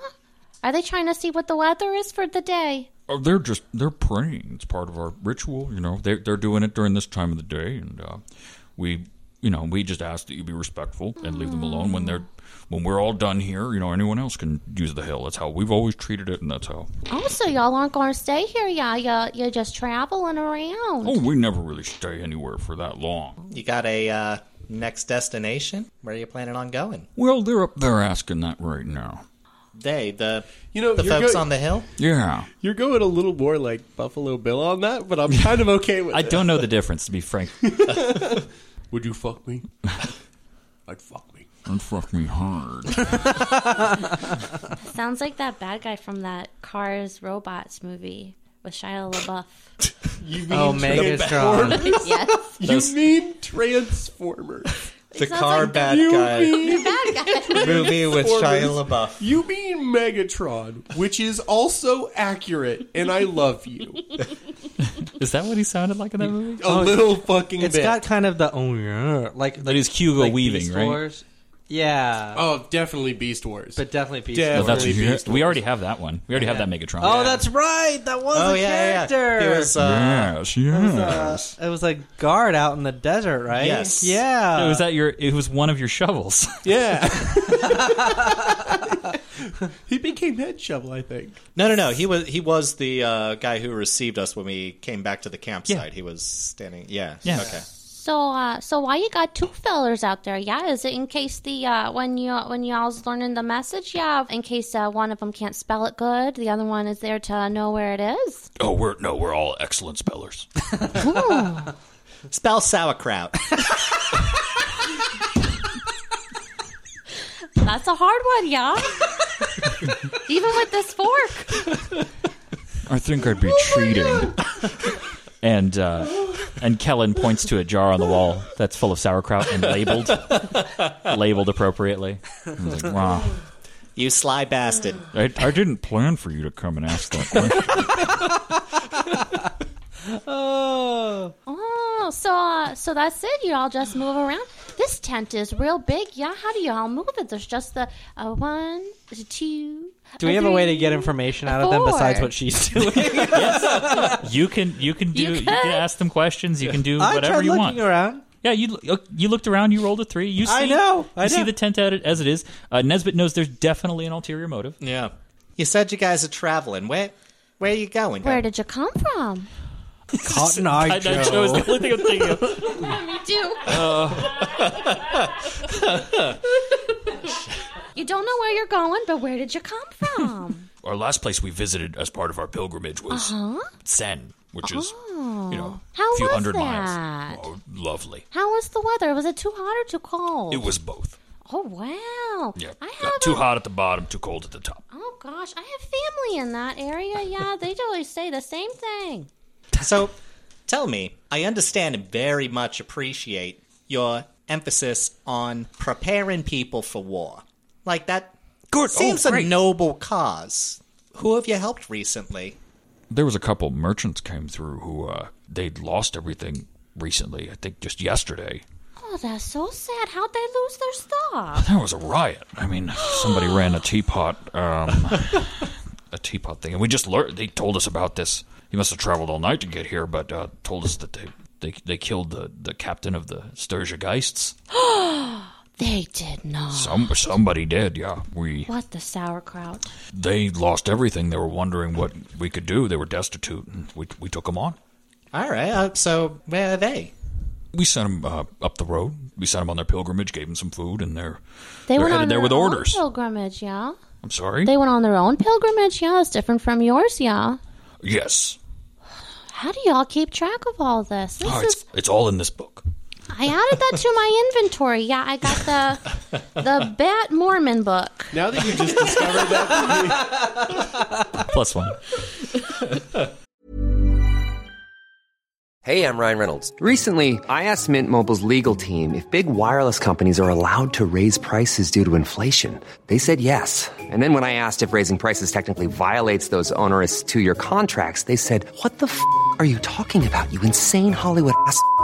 S8: are they trying to see what the weather is for the day?
S10: Oh, they're just they're praying. It's part of our ritual, you know. They're they're doing it during this time of the day, and uh, we, you know, we just ask that you be respectful and leave them alone when they're when we're all done here. You know, anyone else can use the hill. That's how we've always treated it, and that's how.
S8: Oh, so y'all aren't going to stay here, yeah? You you're just traveling around.
S10: Oh, we never really stay anywhere for that long.
S6: You got a uh, next destination? Where are you planning on going?
S10: Well, they're up there asking that right now.
S6: They, the
S7: you know,
S6: the
S7: you're
S6: folks
S7: go-
S6: on the hill?
S10: Yeah.
S7: You're going a little more like Buffalo Bill on that, but I'm kind of okay with
S1: I
S7: it.
S1: don't know the difference, to
S10: [LAUGHS]
S1: be frank.
S7: Would you fuck [LAUGHS] me? I'd fuck me.
S10: That fucked me hard.
S8: Sounds like that bad guy from that Cars Robots movie with Shia LaBeouf.
S7: You
S3: Oh, Megatron.
S8: yes.
S7: You mean Transformers?
S6: The
S8: sounds
S6: car
S8: like-
S6: bad
S7: You
S6: guy. [LAUGHS]
S7: mean-
S8: bad guy.
S6: Movie with Shia
S7: Transformers.
S6: LaBeouf.
S7: You mean Megatron, which is also accurate, and I love you.
S1: Is that what he sounded like in that movie?
S7: A little fucking
S3: Oh, It's
S7: bit.
S3: got kind of the oh yeah, like
S1: That is Hugo
S3: like
S1: Weaving,
S3: Beast
S1: right?
S3: Wars. Yeah.
S7: Oh, definitely Beast Wars.
S3: But definitely Beast
S1: Well,
S3: Wars.
S1: that's-
S7: Definitely Beast
S1: we already have that one. We already have that Megatron.
S3: Oh, that's right. That was
S6: Oh,
S3: a
S6: yeah, yeah, yeah.
S3: character.
S6: He was, uh,
S10: yes,
S3: yes. it was a guard out in the desert, right?
S6: Yes.
S3: Yeah.
S1: it was that your? It was one of your [LAUGHS] shovels.
S7: [LAUGHS] Yeah. he became head shovel, I think.
S6: No, no, no. He was he was the uh, guy who received us when we came back to the campsite. He was standing. Yeah.
S1: Yeah.
S6: Okay.
S8: So, uh, so why you got two fellers out there? Yeah, is it in case the uh, when you when y'all's learning the message? Yeah, in case uh, one of them can't spell it good, the other one is there to know where it is.
S10: Oh, we're no, we're all excellent spellers.
S6: Spell sauerkraut. [LAUGHS]
S8: That's a hard one, [LAUGHS] yeah. Even with this fork.
S1: I think I'd be
S3: Oh
S1: cheating. and uh, and Kellen points to a jar on the wall that's full of sauerkraut and [LAUGHS] labeled labeled appropriately. I was like, wow,
S6: you sly bastard.
S10: I, I didn't plan for you to come and ask that question.
S3: Oh.
S8: Oh, so uh, so that's it. You all just move around. This tent is real big. Yeah, how do you all move it? There's just the a one, a two.
S3: Do we have a way to get information out of them besides what she's [LAUGHS] doing?
S1: you can you can do you,
S8: could.
S1: can ask them questions. You can do
S3: I
S1: whatever
S3: tried
S1: you
S3: looking
S1: want.
S3: around.
S1: Yeah, you uh, you looked around. You rolled a three. You see,
S3: I know, I
S1: you see
S3: know.
S1: the tent at it as it is. Uh, Nesbit knows there's definitely an ulterior [LAUGHS] motive.
S6: Yeah. You said you guys are traveling. Where where are you going?
S8: Where did you come from?
S3: Cotton Eye
S1: I, I chose
S3: Joe.
S1: the only thing I'm thinking of.
S8: Me too. [LAUGHS] you don't know where you're going, but where did you come from?
S10: [LAUGHS]
S8: Uh-huh.
S10: our last place we visited as part of our pilgrimage was Sen, which is you know
S8: Oh. How
S10: a few
S8: was
S10: hundred miles.
S8: that?
S10: Oh, lovely.
S8: How was the weather? Was it too hot or too cold?
S10: It was both.
S8: Oh wow!
S10: Yeah,
S8: I
S10: Got
S8: have
S10: too
S8: a-
S10: hot at the bottom, too cold at the top.
S8: Oh gosh, I have family in that area. Yeah, they [LAUGHS] always say the same thing.
S6: So tell me, I understand and very much appreciate your emphasis on preparing people for war. Like that Good. Oh, seems a noble cause. Who have you helped recently?
S10: There was a couple merchants came through who uh, they'd lost everything recently. I think just yesterday.
S8: Oh, that's so sad. How'd they lose their stuff?
S10: There was a riot. I mean, somebody ran a teapot, um, a teapot thing, and we just learned. They told us about this. He must have traveled all night to get here, but uh, told us that they they, they killed the, the captain of the Sturgia Geists.
S8: They did not.
S10: Some somebody did. Yeah, we
S8: What the sauerkraut?
S10: they lost everything. They were wondering what we could do. They were destitute, and we we took them on.
S6: All right. Uh, so where are they?
S1: we sent them uh, up the road. We sent them on their pilgrimage, gave them some food, and they're
S8: They
S1: are
S8: went
S1: headed
S8: on
S1: there
S8: their
S1: with
S8: own
S1: orders.
S8: pilgrimage, yeah.
S1: I'm sorry.
S8: They went on their own pilgrimage, yeah. It's different from yours, yeah.
S1: yes.
S8: How do y'all keep track of all this? This
S1: Oh,
S8: is
S1: it's it's all in this book.
S8: I added that to
S1: [LAUGHS]
S8: my inventory. Yeah, I got the the Bat Mormon book.
S7: Now that you just discovered that,
S11: Plus one.
S3: Hey, I'm Ryan Reynolds. Recently, I asked Mint Mobile's legal team if big wireless companies are allowed to raise prices due to inflation. They said yes. And then when I asked if raising prices technically violates those onerous two year contracts, they said, What the f are you talking about, you insane Hollywood ass? f- a-"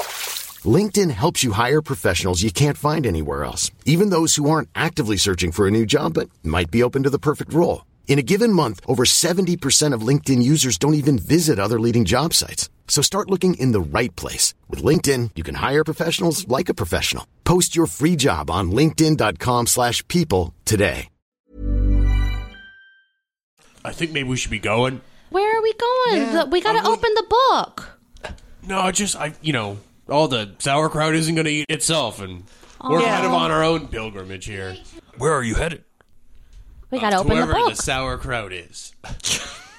S12: LinkedIn helps you hire professionals you can't find anywhere else, even those who aren't actively searching for a new job but might be open to the perfect role. In a given month, over 70% of LinkedIn users don't even visit other leading job sites. So start looking in the right place. With LinkedIn, you can hire professionals like a professional. Post your free job on linkedin.com/people slash people today.
S7: I think maybe we should be going.
S8: Where are we going? The- we got to open the book.
S7: No, just I, you know, all the sauerkraut isn't going to eat itself, and we're
S8: Aw.
S7: kind of on our own pilgrimage here.
S1: Where are you headed?
S8: We
S7: Uh,
S8: got to open the
S7: Whoever
S8: book.
S7: the sauerkraut is.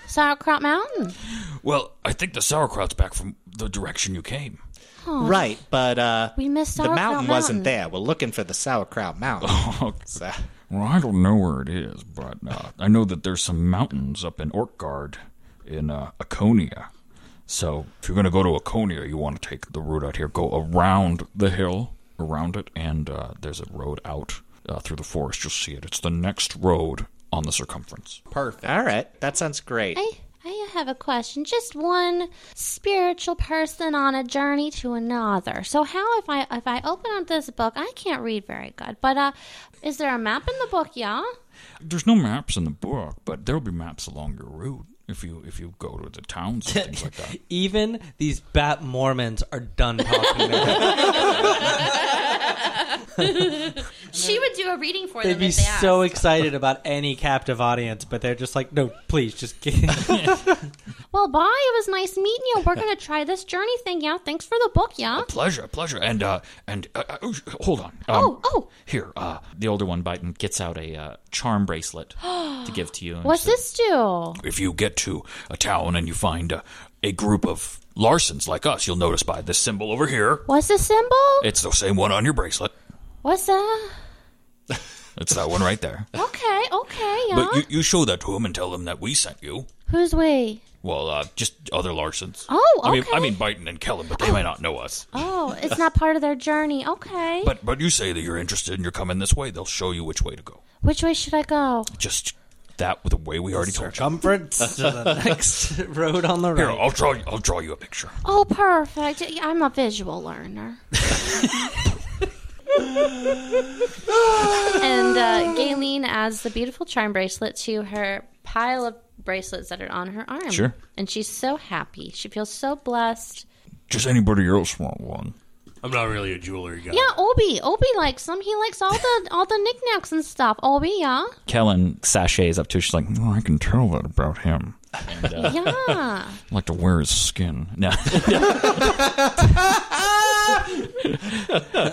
S8: Sauerkraut Mountain.
S1: Well, I think the sauerkraut's back from the direction you came.
S8: Oh,
S6: Right, but uh,
S8: We missed
S6: the
S8: Sauerkraut
S6: mountain wasn't
S8: Mountain.
S6: there. We're looking for the sauerkraut [LAUGHS] mountain. So,
S1: Well, I don't know where it is, but uh, I know that there's some mountains up in Orkgard in uh, Aconia. So if you're going to go to Aconia, you want to take the route out here, go around the hill, around it, and uh, there's a road out uh, through the forest. You'll see it. It's the next road on the circumference.
S6: Perfect. All right, that sounds great.
S8: I I have a question. Just one spiritual person on a journey to another. So how if I if I open up this book, I can't read very good. But uh is there a map in the book, y'all?
S1: There's no maps in the book, but there'll be maps along your route if you if you go to the towns and things like that.
S13: Even these Bat Mormons are done talking. now.
S8: she would do a reading for
S13: They'd
S8: them
S13: be
S8: if they asked.
S13: so excited about any captive audience, but they're just like, no, please, just kidding.
S7: [LAUGHS]
S8: Well, bye. It was nice meeting you. We're gonna try this journey thing, yeah. Thanks for the book, yeah.
S1: Pleasure, pleasure, and uh, and uh, uh, oh, sh- hold on.
S8: Oh, oh.
S11: Here, uh, the older one, Biden, gets out a uh, charm
S8: [GASPS]
S11: bracelet to give to you. and
S8: What's
S11: says,
S8: this do?
S1: If you get to a town and you find a, a group of Larsons like us, you'll notice by this symbol over here.
S8: What's the symbol?
S1: It's the same one on your bracelet.
S8: What's that?
S1: It's that one right there.
S8: Okay, okay, yeah.
S1: But you, you show that to him and tell him that we sent you.
S8: Who's we?
S1: Well, uh, just other Larsons.
S8: Oh,
S1: I mean,
S8: okay.
S1: I mean Biden and Kellen, but they may not know us.
S8: Oh, it's not part of their journey. Okay.
S1: But but you say that you're interested and you're coming this way. They'll show you which way to go.
S8: Which way should I go?
S1: Just that with the way we already told you.
S13: Circumference to
S7: [LAUGHS]
S13: the next road on the
S1: Here,
S13: right.
S1: I'll draw. you- I'll draw you a picture.
S8: Oh, perfect. Yeah, I'm a visual
S13: [LAUGHS]
S8: learner. and uh, Galen adds the beautiful charm bracelet to her pile of bracelets that are on her arm.
S1: Sure.
S8: And she's so happy. She feels so blessed.
S1: Does anybody else want one?
S7: I'm not really a jewelry guy.
S8: Yeah, Obi. Obi likes them. He likes all the all the knickknacks and stuff. Obi,
S13: [LAUGHS]
S8: yeah.
S11: Kellen sachets up to her. She's like,
S1: Oh, I can tell that about him. And, uh,
S13: [LAUGHS]
S8: Yeah.
S1: I like to wear his skin.
S11: [LAUGHS]
S1: No.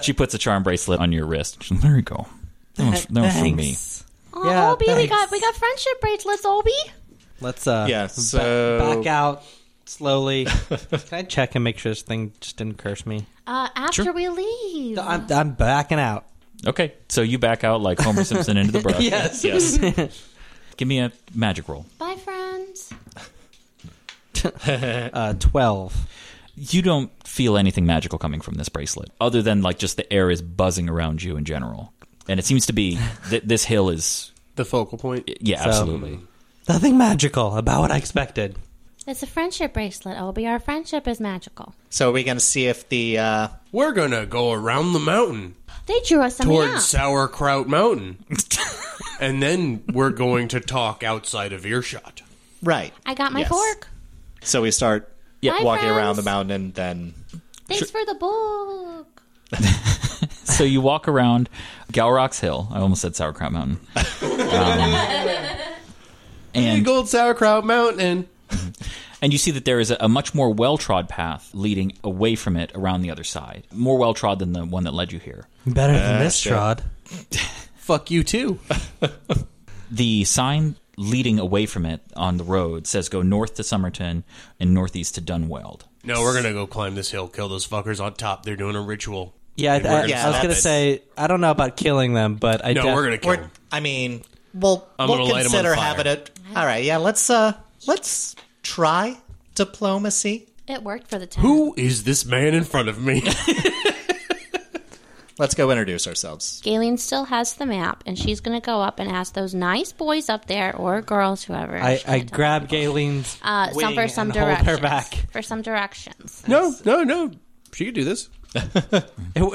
S11: she puts a charm bracelet on your wrist. She's like, there you go. That was, that was for me.
S8: Oh,
S13: Yeah,
S8: Obi, we
S13: thanks.
S8: got we got friendship bracelets, Obi.
S13: Let's uh,
S7: Yeah,
S13: ba-
S7: so-
S13: back out
S7: [LAUGHS]
S13: slowly. Can I check and make sure this thing just didn't curse me?
S8: Uh, after we leave.
S3: uh,
S13: I'm, I'm backing out.
S11: Okay, so you back out like Homer Simpson into the brush.
S13: Yes.
S11: yes. Give me a magic roll.
S8: Bye, friends.
S13: uh, 12.
S11: You don't feel anything magical coming from this bracelet, other than like just the air is buzzing around you in general, and it seems to be th- this hill is
S7: the focal point.
S11: Yeah,
S13: So-
S11: absolutely.
S13: Nothing magical about what I expected.
S8: It's a friendship bracelet, Obi. Our friendship is magical.
S6: [LAUGHS] so are we going to see if the uh,
S7: we're going to go around the mountain
S8: They drew us some
S7: towards
S8: out.
S7: sauerkraut mountain. [LAUGHS] and then we're going to talk outside of earshot.
S6: Right.
S8: I got my
S6: Yes.
S8: fork.
S6: So we start
S8: Yeah. Bye,
S6: walking
S8: friends.
S6: around the mountain, and then
S8: Thanks for the book.
S1: so you walk around Galrock's Hill. I almost said Sauerkraut Mountain. Um,
S7: Hey,
S1: And
S7: Gold Sauerkraut Mountain.
S1: and you see that there is a, a much more well trod path leading away from it around the other side. More well trod than the one that led you here.
S3: Better than Uh, this shit. trod.
S7: Fuck you too.
S1: the sign leading away from it on the road says go north to Somerton and northeast to Dunweld.
S7: No, we're gonna go climb this hill, kill those fuckers on top. They're doing a ritual.
S3: Yeah, I,
S7: And we're
S3: I, I was
S7: stop
S3: gonna
S7: it.
S3: say I don't know about killing them, but I
S7: No,
S3: def-
S7: we're gonna kill them.
S6: I mean, we'll
S3: I'm
S6: we'll
S3: gonna light 'em on
S6: consider
S3: fire.
S6: having it. All right, yeah. Let's uh, let's try diplomacy.
S8: It worked for the time.
S7: Who is this man in front of [LAUGHS] me?
S6: let's go introduce ourselves.
S8: Galen still has the map, and she's going to go up and ask those nice boys up there or girls, whoever.
S3: I, I grab Galen's
S8: uh, some
S3: wing
S8: for some
S3: and hold her
S8: directions. [LAUGHS]
S3: back.
S8: For some directions.
S7: No, no, no. She could do this. it,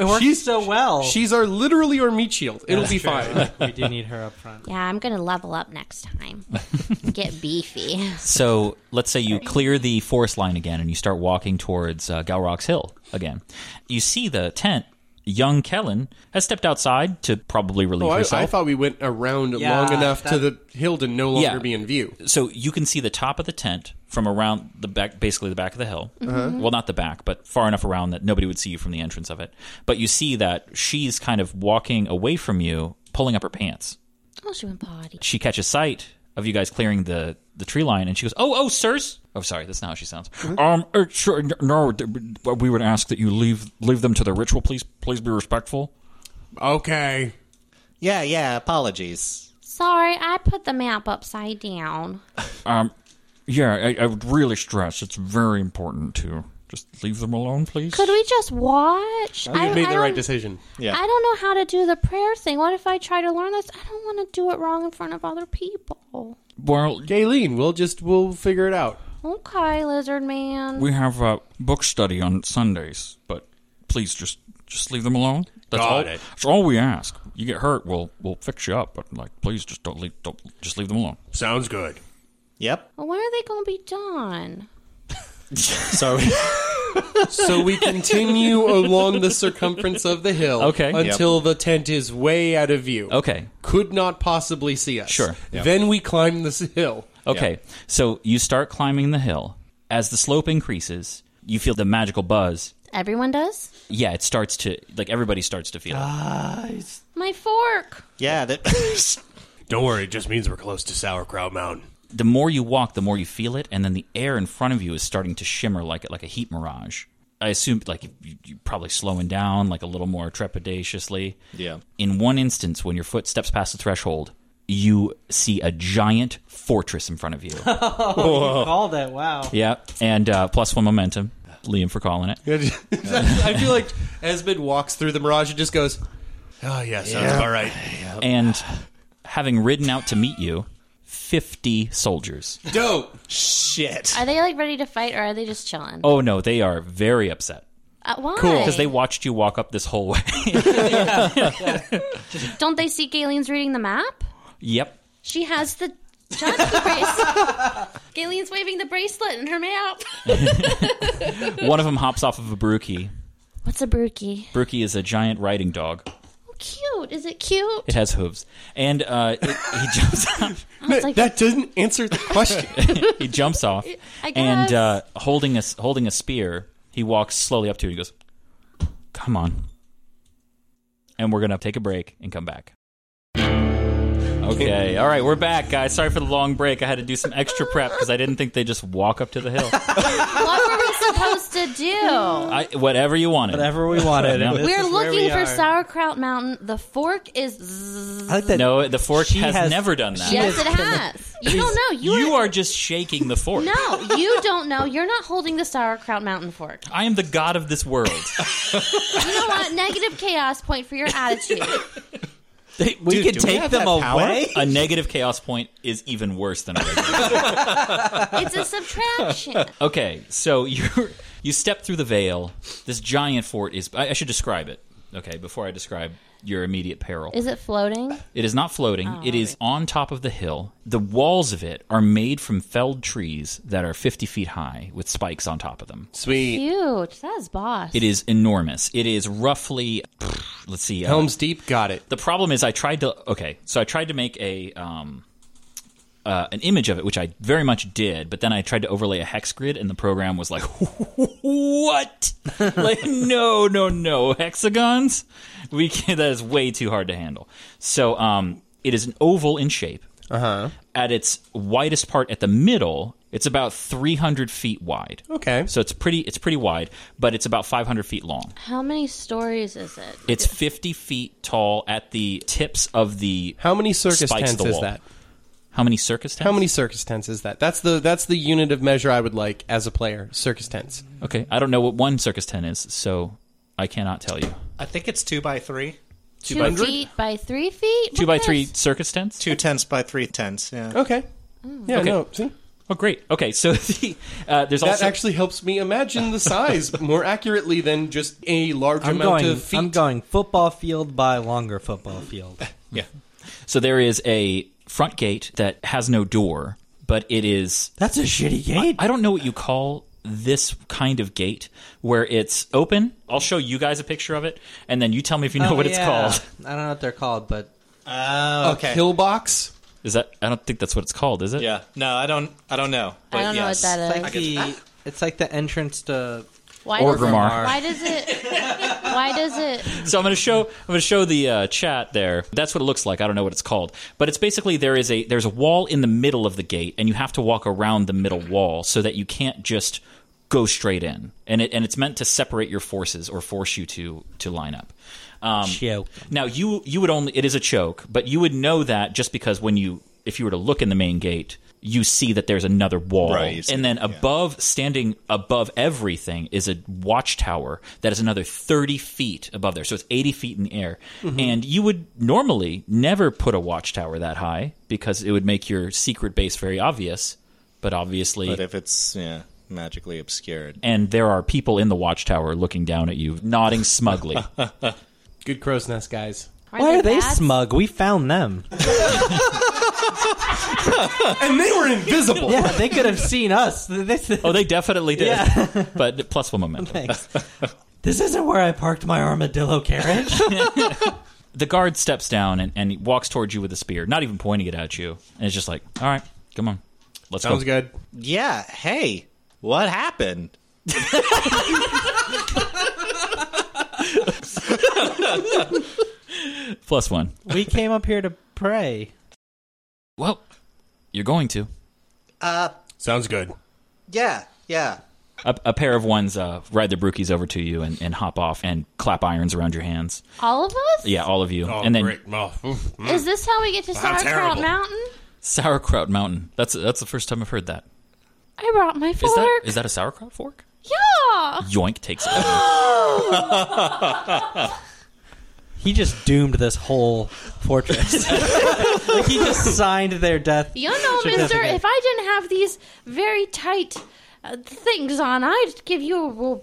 S3: works so well.
S7: She's our literally our meat shield. It'll
S3: Oh. That's
S7: be
S3: true.
S7: fine.
S3: [LAUGHS] we do need her up front.
S8: Yeah, I'm going to level up next time. Get beefy.
S1: So let's say you clear the forest line again and you start walking towards uh, Galrock's Hill again. You see the tent. Young Kellen has stepped outside to probably relieve
S7: Oh, I,
S1: herself.
S7: I thought we went around
S1: Yeah,
S7: long enough to the
S1: that-
S7: hill to no longer
S1: Yeah.
S7: be in view.
S1: So you can see the top of the tent from around the back, basically the back of the hill.
S7: Uh-huh.
S1: Well, not the back, but far enough around that nobody would see you from the entrance of it. But you see that she's kind of walking away from you, pulling up her pants.
S8: Oh, she went potty.
S1: She catches sight of you guys clearing the, the tree line, and she goes, "Oh, oh, sirs." Oh, sorry, that's not how she sounds. er,
S10: Um, uh, sure, n- no, th- we would ask that you leave leave them to their ritual. Please, please be respectful.
S7: Okay.
S6: Yeah, yeah. Apologies.
S8: Sorry, I put the map upside down.
S10: Um, yeah, I, I would really stress. It's very important to just leave them alone, please.
S8: Could we just watch?
S10: I think you made the
S8: don't-
S10: right decision. Yeah.
S8: I don't know how to do the prayer thing. What if I try to learn this? I don't want to do it wrong in front of other people.
S10: Well,
S7: Galen, we'll just we'll figure it out.
S8: Okay, lizard man.
S10: We have a book study on Sundays, but please just just leave them alone. That's
S7: Got
S10: all.
S7: it.
S10: That's all we ask. You get hurt, we'll we'll fix you up. But like, please just don't leave. Don't just leave them alone.
S7: Sounds good.
S6: Yep.
S8: Well, when are they going to be done?
S10: [LAUGHS]
S6: So
S7: so we continue along the circumference of the hill
S1: Okay.
S7: until the tent is way out of view.
S1: Okay.
S7: Could not possibly see us.
S1: Sure. Yep.
S7: Then we climb this [LAUGHS] hill.
S1: Okay, so you start climbing the hill. As the slope increases, you feel the magical buzz.
S8: Everyone does?
S1: Yeah, it starts to like everybody starts to feel. it.
S8: My
S3: [LAUGHS]
S8: fork.
S6: Yeah, [LAUGHS] that.
S7: Don't worry, it just means we're close to Sauerkraut Mountain.
S1: The more you walk, the more you feel it, and then the air in front of you is starting to shimmer like like a heat mirage. I assume like you, you're probably slowing down like a little more trepidatiously.
S6: Yeah.
S1: In one instance, when your foot steps past the threshold, you see a giant fortress in front of you.
S3: Oh,
S1: Whoa.
S3: you called it. Wow.
S1: yeah, and uh, plus one momentum, Liam for calling it.
S7: [LAUGHS] I feel like Esmond walks through the mirage and just goes, Oh, yeah, sounds
S1: Yeah.
S7: about right.
S1: and having ridden out to meet you, 50 soldiers.
S7: Dope.
S6: Shit.
S8: Are they like ready to fight or are they just chilling?
S1: Oh no, they are very upset.
S8: Uh, why?
S1: Because they watched you walk up this whole way.
S8: Don't they see Galen's reading the map?
S1: [LAUGHS] yep.
S8: She has the
S3: [LAUGHS]
S8: jockey bracelet. Galen's waving the bracelet in her map.
S1: One of them hops off of a Brookie.
S8: What's a brookie?
S1: Brookie is a giant riding dog.
S8: Oh, cute. Is it
S3: [LAUGHS]
S8: cute?
S1: It has hooves. And uh, it, he [LAUGHS] jumps off.
S7: that doesn't answer the question.
S1: he jumps off.
S8: I
S1: And
S8: guess.
S1: uh, holding, a, s- holding a spear, he walks slowly up to you and he goes, Come on. And we're going to take a break and come back. Okay. All right. We're back, guys. Sorry for the long break. I had to do some extra prep because I didn't think they just walk up to the hill.
S8: what were we supposed to do?
S1: I, whatever you wanted.
S3: Whatever we wanted.
S1: No.
S3: This
S8: We're
S3: is where
S8: looking
S3: we
S8: for
S3: are.
S8: Sauerkraut Mountain. The fork is. zzz.
S1: no, the fork
S3: She
S1: has,
S3: has-
S1: never done that.
S8: yes, it has. You don't know. You,
S1: You are just shaking the fork.
S8: [LAUGHS] no, you don't know. You're not holding the Sauerkraut Mountain fork.
S1: I am the god of this world.
S8: You know what? Negative chaos point for your attitude.
S3: we
S1: Dude,
S3: could
S1: do
S3: take
S1: have
S3: them
S1: that power?
S3: away?
S1: A negative chaos point is even worse than a
S8: [LAUGHS]
S1: regular.
S8: It's a subtraction.
S1: okay, so you you step through the veil. This giant fort is. I, I should describe it. Okay, before I describe your immediate peril,
S8: Is it floating?
S1: It is not floating.
S8: Oh,
S1: it is on top of the hill. The walls of it are made from felled trees that are 50 feet high with spikes on top of them. Sweet.
S8: Huge. That is boss.
S1: It is enormous. It is roughly, let's see. uh,
S7: Helm's
S1: Deep got it. The problem is I tried to, okay, so I tried to make a, um, uh, an image of it, which I very much did, but then I tried to overlay a hex grid, and the program was like, "What? [LAUGHS] like, no, no, no, hexagons? We can, that is way too hard to handle." So, um, it is an oval in shape. Uh-huh. At its widest part, at the middle, it's about 300 feet wide. Okay. So it's pretty, it's pretty wide, but it's about 500 feet long.
S8: How many stories is it?
S1: It's 50 feet tall at the tips of the. How
S7: many circus tents is that?
S1: How many circus tents?
S7: How many circus tents is that? That's the that's the unit of measure I would like as a player. Circus tents.
S1: Okay, I don't know what one circus tent is, so I cannot tell you.
S6: I think it's two by three.
S8: Two, feet by three feet?
S1: Two by three circus tents?
S6: Two tents by three tents, yeah.
S7: Okay. Yeah,
S1: Okay.
S7: no, see?
S1: Oh, great. Okay, so [LAUGHS] the, uh, there's
S7: that
S1: also
S7: actually helps me imagine the size more accurately than just a large
S3: I'm
S7: amount
S3: going,
S7: of feet.
S3: I'm going football field by longer football field.
S1: yeah. So there is a front gate that has no door, but it is
S3: That's a shitty gate.
S1: I, I don't know what you call this kind of gate where it's open. I'll show you guys a picture of it, and then you tell me if you know
S3: Oh,
S1: what
S3: yeah.
S1: it's called. [LAUGHS]
S3: I don't know what they're called, but
S6: Oh, okay.
S3: a kill box.
S1: Is that? I don't think that's what it's called. Is it?
S6: Yeah. No, I don't. I don't know. But yes.
S3: It's like, the, it's like the entrance to
S8: Why
S1: Or
S8: does
S1: Vermar.
S8: It, why does it? Why does
S1: [LAUGHS]
S8: it?
S1: so I'm going to show I'm going to show the uh, chat there. That's what it looks like. I don't know what it's called, but it's basically there is a there's a wall in the middle of the gate, and you have to walk around the middle wall so that you can't just go straight in. And it and it's meant to separate your forces or force you to to line up. Um,
S3: Choke.
S1: Now you you would only it is a choke, but you would know that just because when you if you were to look in the main gate. You see that there's another wall,
S6: Right, you see
S1: and then above, standing above everything, is a watchtower that is another 30 feet above there. So it's 80 feet in the air.
S6: Mm-hmm.
S10: Mhm.
S1: And you would normally never put a watchtower that high because it would make your secret base very obvious. But obviously,
S6: But if it's yeah, magically obscured.
S1: and there are people in the watchtower looking down at you, nodding
S6: [LAUGHS]
S1: smugly.
S7: Good crow's nest, guys.
S8: Why Why are are they they bats?
S3: smug? We found [LAUGHS] them.
S7: and they were invisible.
S3: Yeah, they could have seen us. This, [LAUGHS]
S1: oh, they definitely did. but plus one momentum.
S3: this isn't where I parked my armadillo carriage.
S1: the guard steps down and, and he walks towards you with a spear, not even pointing it at you. And it's just like, all right, come on. Let's
S6: Sounds
S1: go.
S7: good.
S6: Yeah. Hey, what happened?
S1: Plus one.
S3: [LAUGHS] we came up here to pray.
S1: Well, you're going to.
S6: Uh,
S7: Sounds good.
S6: yeah, yeah.
S1: A, a pair of ones uh, ride their brookies over to you and, and hop off and clap irons around your hands.
S8: All of us?
S1: Yeah, all of you.
S7: Oh,
S1: and then
S7: great.
S8: Is this how we get to
S1: I'm
S8: Sauerkraut
S1: terrible.
S8: Mountain?
S1: sauerkraut mountain. That's that's the first time I've heard that.
S8: I brought my
S1: Is
S8: fork.
S1: that is that a sauerkraut fork?
S8: yeah.
S1: Yoink takes it.
S3: He just doomed this whole [LAUGHS] fortress. Like, he just signed their death.
S8: You know, Mister,
S3: certificate.
S8: if I didn't have these very tight uh, things on, I'd give you a w-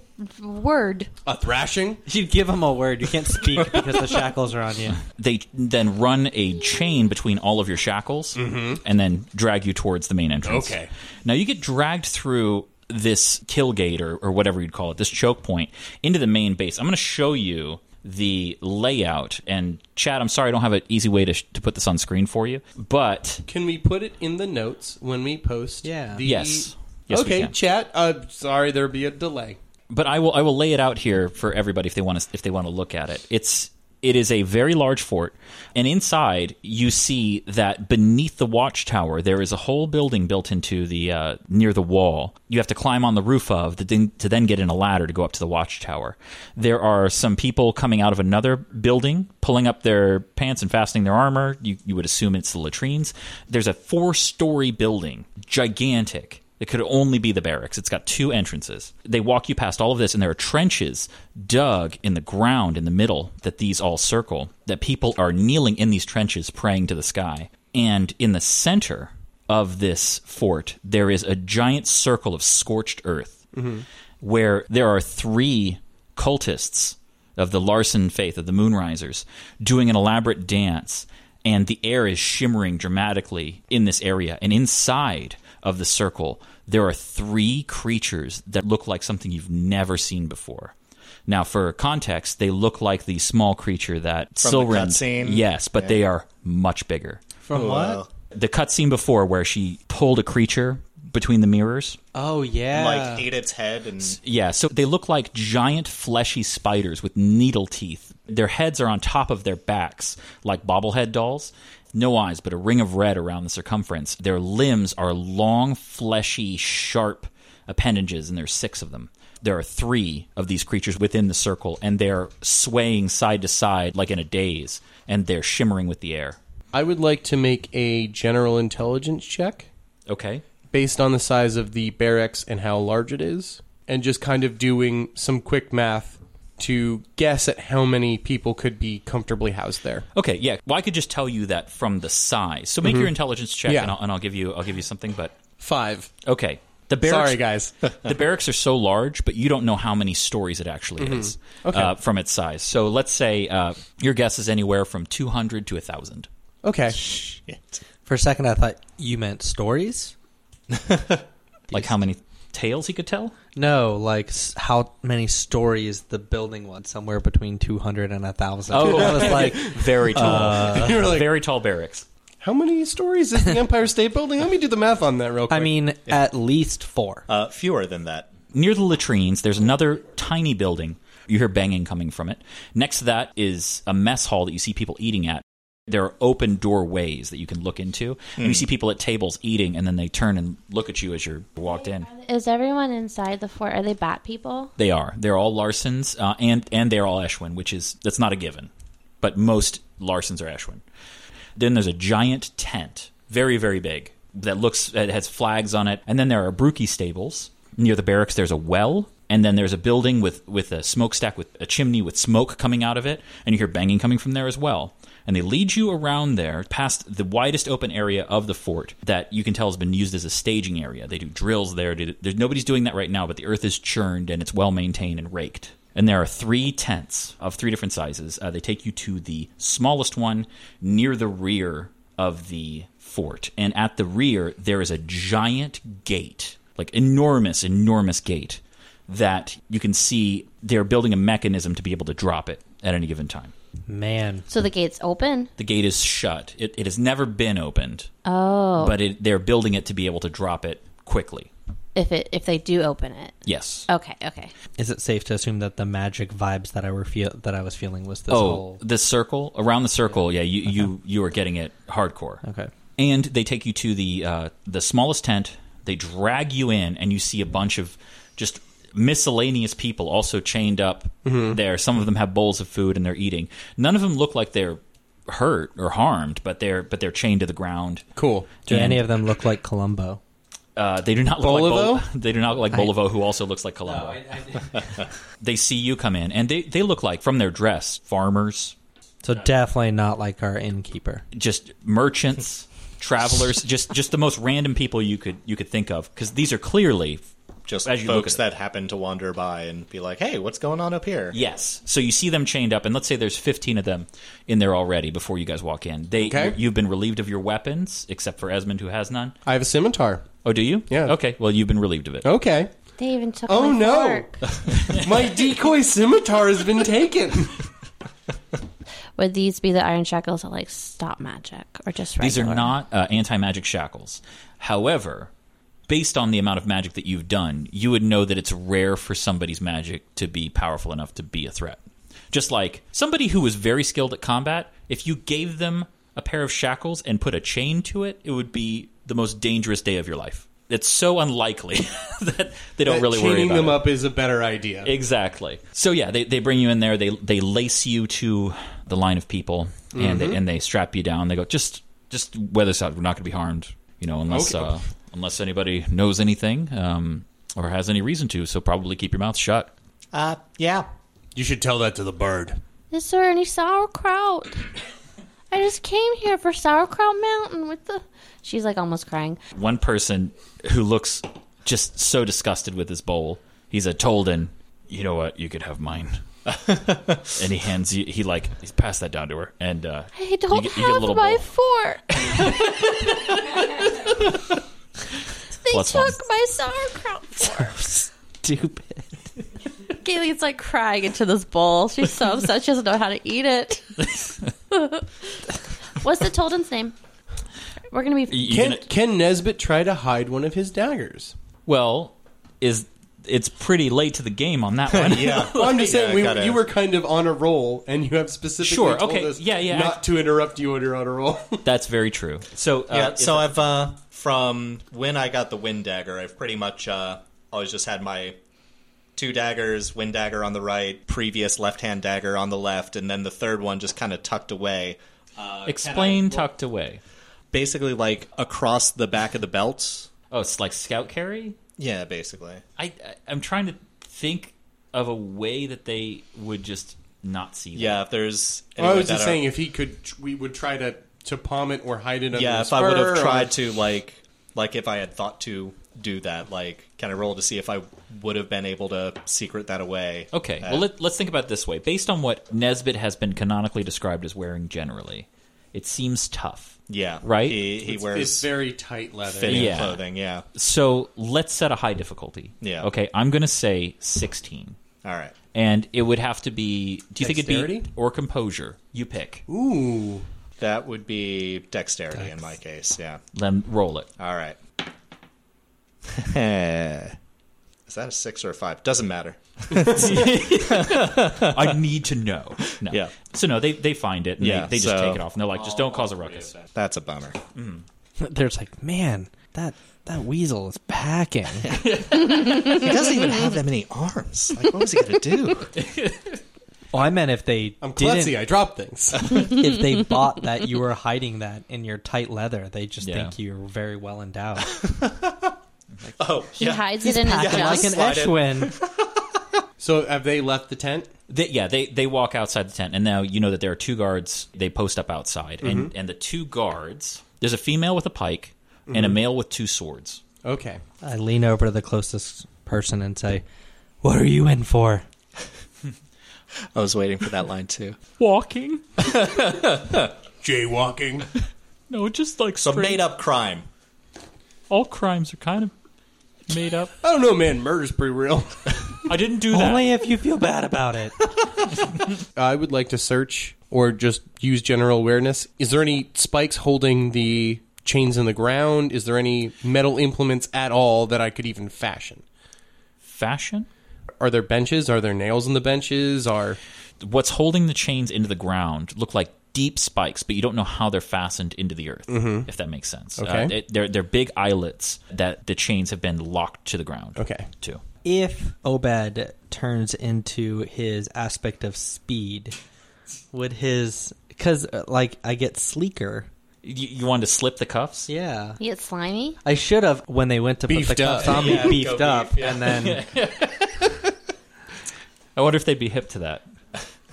S8: word.
S7: A thrashing?
S3: You'd give him a word. You can't speak [LAUGHS] because the shackles are on you.
S1: They then run a chain between all of your shackles and then drag you towards the main entrance.
S7: Okay.
S1: Now you get dragged through this kill gate or, or whatever you'd call it, this choke point, into the main base. I'm going to show you the layout. And Chad, I'm sorry I don't have an easy way to, sh- to put this on screen for you, but
S7: Can we put it in the notes when we post? Yeah. The...
S1: Yes. Yes, we
S7: okay,
S1: can.
S7: chat. Uh, sorry, there'll be a delay.
S1: but I will I will lay it out here for everybody if they want to if they want to look at it. It's it is a very large fort, and inside you see that beneath the watchtower there is a whole building built into the uh, near the wall. You have to climb on the roof of to then, to then get in a ladder to go up to the watchtower. There are some people coming out of another building, pulling up their pants and fastening their armor. You you would assume it's the latrines. There's a four story building, gigantic. It could only be the barracks. It's got two entrances. They walk you past all of this, and there are trenches dug in the ground in the middle that these all circle, that people are kneeling in these trenches praying to the sky. And in the center of this fort, there is a giant circle of scorched earth
S10: Mhm.
S1: where there are three cultists of the Larson faith of the Moonrisers doing an elaborate dance, and the air is shimmering dramatically in this area. And inside of the circle, there are three creatures that look like something you've never seen before. Now, for context, they look like the small creature that
S6: From the
S1: Silren.
S6: cutscene?
S1: Yes, but
S6: Yeah.
S1: they are much bigger.
S3: From what?
S1: The cutscene before where she pulled a creature between the mirrors.
S3: Oh yeah,
S6: Like ate its head and
S1: Yeah, so they look like giant fleshy spiders with needle teeth. Their heads are on top of their backs, like bobblehead dolls. No eyes, but a ring of red around the circumference. Their limbs are long, fleshy, sharp appendages, and there's six of them. There are three of these creatures within the circle, and they're swaying side to side like in a daze, and they're shimmering with the air.
S7: I would like to make a general intelligence check.
S1: Okay.
S7: Based on the size of the barracks and how large it is, and just kind of doing some quick math to guess at how many people could be comfortably housed there.
S1: Okay, yeah. Well, I could just tell you that from the size. So make
S7: Mhm.
S1: your intelligence check,
S7: Yeah.
S1: and, I'll, and I'll give you I'll give you something. But
S7: five.
S1: Okay. The barracks,
S7: Sorry, guys.
S1: the barracks are so large, but you don't know how many stories it actually
S7: Mhm.
S1: is
S7: Okay.
S1: uh, from its size. So let's say uh, your guess is anywhere from two hundred to thousand.
S7: Okay.
S3: For a second, I thought you meant stories.
S1: like how many tales he could tell?
S3: No, like s- how many stories the building was, somewhere between 200 and 1,000.
S1: Oh,
S3: I was like,
S1: very tall,
S3: uh,
S1: very tall barracks.
S7: [LAUGHS] How many stories [LAUGHS] is the Empire State Building? Let me do the math on that real quick.
S3: I mean, at least four.
S6: Uh, fewer than that.
S1: Near the latrines, there's another tiny building. You hear banging coming from it. Next to that is a mess hall that you see people eating at. There are open doorways that you can look into, and
S6: Hmm.
S1: you see people at tables eating, and then they turn and look at you as you're walked in.
S8: Is everyone inside the fort? Are they bat people?
S1: They are. They're all Larsons, uh, and and they're all Eshwin, which is that's not a given, but most Larsons are Eshwin. Then there's a giant tent, very very big, that looks that has flags on it, and then there are Brookie stables near the barracks. There's a well, and then there's a building with with a smokestack with a chimney with smoke coming out of it, and you hear banging coming from there as well. And they lead you around there past the widest open area of the fort that you can tell has been used as a staging area. They do drills there. do- There's, nobody's doing that right now, but the earth is churned and it's well maintained and raked. And there are three tents of three different sizes. Uh, they take you to the smallest one near the rear of the fort. And at the rear, there is a giant gate, like enormous, enormous gate that you can see they're building a mechanism to be able to drop it at any given time.
S3: Man.
S8: So the gate's open.
S1: The gate is shut. It, it has never been opened,
S8: Oh,
S1: but it, they're building it to be able to drop it quickly.
S8: if it if they do open it,
S1: Yes.
S8: okay, okay.
S3: Is it safe to assume that the magic vibes that I were feel that I was feeling was this
S1: oh,
S3: whole
S1: the circle around the circle. Yeah, you you you are getting it hardcore.
S3: Okay.
S1: And they take you to the uh, the smallest tent. They drag you in, and you see a bunch of just miscellaneous people also chained up
S3: Mm-hmm.
S10: Mhm.
S1: there. Some of them have bowls of food and they're eating. None of them look like they're hurt or harmed, but they're but they're chained to the ground.
S7: Cool.
S3: Do
S1: And,
S3: any of them look like Columbo?
S1: Uh, they do not look like
S3: Bolivo?
S1: Bol- [LAUGHS] they do not look like
S3: I-
S1: Bolivo, who also looks like Columbo. [LAUGHS] they see you come in, and they, they look like from their dress farmers,
S3: So definitely not like our innkeeper.
S1: just
S7: [LAUGHS]
S1: merchants, travelers, just just the most random people you could you could think of because these are clearly
S6: Just
S1: as you look
S6: folks
S1: at
S6: that happen to wander by and be like, "Hey, what's going on up here?"
S1: Yes. So you see them chained up, and let's say there's 15 of them in there already before you guys walk in. They
S7: Okay.
S1: you've been relieved of your weapons, except for Esmond, who has none.
S7: I have a scimitar.
S1: Oh, do you?
S7: Yeah.
S1: Okay. Well, you've been relieved of it.
S7: [LAUGHS] Okay.
S8: They even took.
S7: Oh
S8: my
S7: no!
S8: fork.
S1: [LAUGHS]
S7: My decoy scimitar has been taken. [LAUGHS]
S8: Would these be the iron shackles that like stop magic or just regular?
S1: These are not uh, anti magic shackles. However, based on the amount of magic that you've done, you would know that it's rare for somebody's magic to be powerful enough to be a threat. Just like somebody who was very skilled at combat, if you gave them a pair of shackles and put a chain to it, it would be the most dangerous day of your life. It's so unlikely [LAUGHS] that they don't
S7: That
S1: really worry
S7: chaining
S1: about
S7: them
S1: it.
S7: up is a better idea.
S1: Exactly. So yeah, they, they bring you in there. They they lace you to the line of people, and they,
S7: Mhm.
S1: and they strap you down. They go just just wear this out. We're not going to be harmed, you know, unless
S7: Okay.
S1: uh, unless anybody knows anything um, or has any reason to. So probably keep your mouth shut.
S6: Uh, yeah.
S7: You should tell that to the bird.
S8: Is there any sauerkraut? [LAUGHS] I just came here for sauerkraut mountain with the. She's like almost crying.
S1: One person who looks just so disgusted with his bowl. He's a Tolden. You know what? You could have mine. [LAUGHS] and he hands you, he like, he's passed that down to her. And uh,
S8: I don't
S1: you get, you get a
S8: have
S1: little
S8: my
S1: bowl.
S8: fork.
S1: [LAUGHS]
S8: they
S1: Plus one.
S8: took my
S1: [LAUGHS]
S8: sauerkraut fork.
S3: Stupid.
S8: Gailey's like crying into this bowl. She's so upset she doesn't know how to
S1: [LAUGHS]
S8: eat it. What's the Tolden's name? We're gonna be
S7: Can, can Nesbit try to hide one of his daggers?
S1: Well, is it's pretty late to the game on that
S6: [LAUGHS]
S1: one. [LAUGHS]
S7: Well, I'm just saying, we,
S1: were
S7: you were kind of on a roll, and you have specifically
S1: Sure,
S7: told
S1: okay,
S7: us
S1: yeah, yeah,
S7: not to interrupt you when you're on a roll.
S1: That's very true. So, uh,
S3: [LAUGHS]
S6: yeah,
S1: it's
S6: so
S1: a-
S6: I've uh, from when I got the wind dagger, I've pretty much uh, always just had my two daggers, wind dagger on the right, previous left hand dagger on the left, and then the third one just kind of tucked away. Uh,
S1: Explain tucked away.
S6: Basically, like across the back of the belt.
S1: Oh, it's like scout carry.
S6: Yeah, basically.
S1: I, I I'm trying to think of a way that they would just not see. That.
S6: Yeah, if there's.
S7: [LAUGHS] I was just saying, if he could, we would try to to palm it or hide it. Under
S6: yeah,
S7: his
S6: if I would
S7: fur
S6: have
S7: or-
S6: tried to like like if I had thought to do that, like kind of roll to see if I would have been able to secret that away.
S1: Okay,
S6: Uh,
S1: well let, let's think about it this way. Based on what Nesbit has been canonically described as wearing generally, it seems tough.
S6: Yeah,
S1: right.
S6: He, he
S7: It's-
S6: wears
S7: it's very tight leather.
S6: fitting clothing. Yeah,
S1: So let's set a high difficulty.
S6: Yeah.
S1: Okay, I'm going to say 16.
S6: All right.
S1: And it would have to be. Do you think it'd
S6: Dexterity?
S1: be or composure? You pick.
S7: Ooh,
S6: that would be dexterity in my case. Yeah.
S1: Then roll it.
S6: All right. [LAUGHS] Is that a six or a five? Doesn't matter.
S1: I need to know. No.
S6: Yeah.
S1: So no, they they find it. And
S6: Yeah,
S1: They, they just
S6: so-
S1: take it off and they're like, just don't cause a ruckus.
S6: That's a bummer.
S3: There's like, man, that that weasel is packing.
S6: He doesn't even have that many arms. Like, what was he gonna do?
S3: Oh, I meant if they
S7: I'm
S3: didn't-
S7: klutzy, I drop [LAUGHS] things.
S3: [LAUGHS] if they bought that you were hiding that in your tight leather, they just
S6: Yeah.
S3: think you're very well
S6: [LAUGHS]
S3: endowed.
S6: Oh,
S8: He hides it in his
S3: packing
S8: junk.
S3: like an Eshwin.
S7: so have they left the tent?
S1: They, yeah, they they walk outside the tent, and now you know that there are two guards. They post up outside,
S6: Mm-hmm.
S1: and and the two guards. There's a female with a pike and a
S6: Mm-hmm.
S3: Mhm.
S1: male with two swords.
S7: Okay.
S3: I lean over to the closest person and say, "What are you in for?"
S6: [LAUGHS] I was waiting for that line too.
S1: Walking?
S7: Jaywalking.
S1: No, just like
S6: Some made up crime.
S1: All crimes are kind of made up.
S7: I don't know, man. Murder's pretty [LAUGHS] real.
S1: I didn't do
S3: Only if you feel bad about it. [LAUGHS]
S7: I would like to search or just use general awareness. Is there any spikes holding the chains in the ground? Is there any metal implements at all that I could even fashion?
S1: Fashion?
S7: Are there benches? Are there nails in the benches? Are
S1: What's holding the chains into the ground look like deep spikes, but you don't know how they're fastened into the earth.
S7: Mhm.
S1: If that makes sense.
S7: Okay.
S1: Uh, they- they're they're big eyelets that the chains have been locked to the ground.
S7: Okay.
S1: To.
S3: If Obed turns into his aspect of speed, would his because like I get sleeker?
S1: You, you wanted to slip the cuffs?
S3: Yeah.
S8: You get slimy.
S3: [LAUGHS] I should have when they went to put
S7: Beefed
S3: the
S7: up.
S3: cuffs on me,
S7: Yeah, go
S3: beefed
S7: beef,
S3: up,
S7: yeah.
S3: and then
S1: I wonder if they'd be hip to that.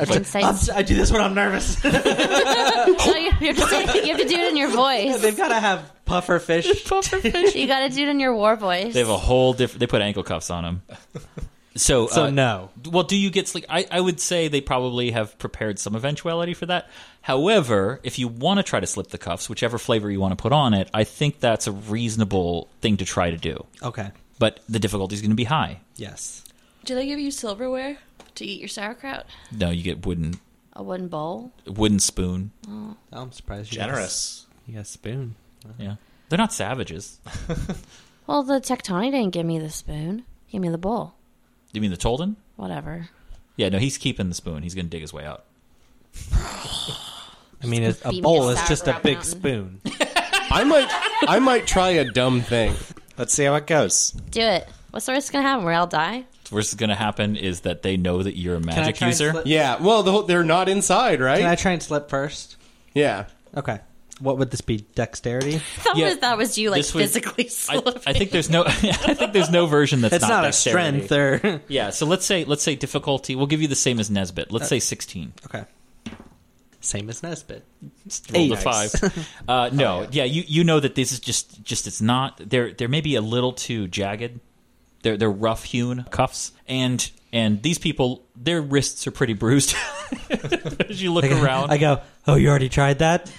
S8: Insights.
S3: I do this when I'm [LAUGHS] nervous.
S8: no, you, you, have to say, you have to do it in your voice.
S3: They've got to have [LAUGHS] puffer fish.
S8: you got to do it in your war voice.
S1: They have a whole different. They put ankle cuffs on
S3: [LAUGHS]
S1: them. So,
S3: So
S1: uh,
S3: no.
S1: Well, do you get sleep? I, I would say they probably have prepared some eventuality for that. However, if you want to try to slip the cuffs, whichever flavor you want to put on it, I think that's a reasonable thing to try to do.
S3: Okay.
S1: But the difficulty is going to be high.
S3: Yes.
S8: Do they give you silverware to eat your sauerkraut?
S1: No, you get wooden
S8: A wooden bowl?
S1: wooden spoon.
S8: Oh.
S3: I'm surprised. You
S6: Generous.
S3: Got, a- you got a spoon.
S1: Yeah, they're not savages.
S8: Well, the Tectoni didn't give me the spoon. He gave me the bowl.
S1: you mean the Tolden?
S8: Whatever.
S1: Yeah, no, he's keeping the spoon. He's going to dig his way out.
S3: I mean, it's, a
S8: Beam
S3: bowl
S8: me a
S3: is just a
S8: sauerkraut
S3: big
S8: mountain.
S3: [LAUGHS] spoon.
S7: I might I might try a dumb thing.
S6: Let's see how it goes.
S8: Do it. What's the worst going to happen? Where I'll die? [LAUGHS]
S1: Worst that's going to happen is that they know that you're a magic
S3: try and
S1: user.
S3: slip-
S7: Yeah. Well, the whole, they're not inside, right?
S3: Can I try and slip first?
S7: yeah.
S3: Okay. What would this be? Dexterity?
S8: That,
S1: Yeah.
S8: was, that was you, like,
S1: This was-
S8: physically
S1: I,
S8: slipping.
S1: I think there's no. [LAUGHS] I think there's no version that's
S3: It's not, a
S1: dexterity.
S3: strength or. [LAUGHS]
S1: Yeah, so let's say let's say difficulty. We'll give you the same as Nesbit.
S3: Uh,
S1: Let's say sixteen.
S3: Okay. Same as Nesbit.
S1: Roll the
S3: Eight.
S1: five. [LAUGHS] Uh, no, yeah. you you know that this is just just it's not. They're they're maybe a little too jagged. They're they're rough hewn cuffs, and and these people Their wrists are pretty bruised [LAUGHS] as you look
S3: I go-
S1: around.
S3: [LAUGHS] I go, oh, you already tried that?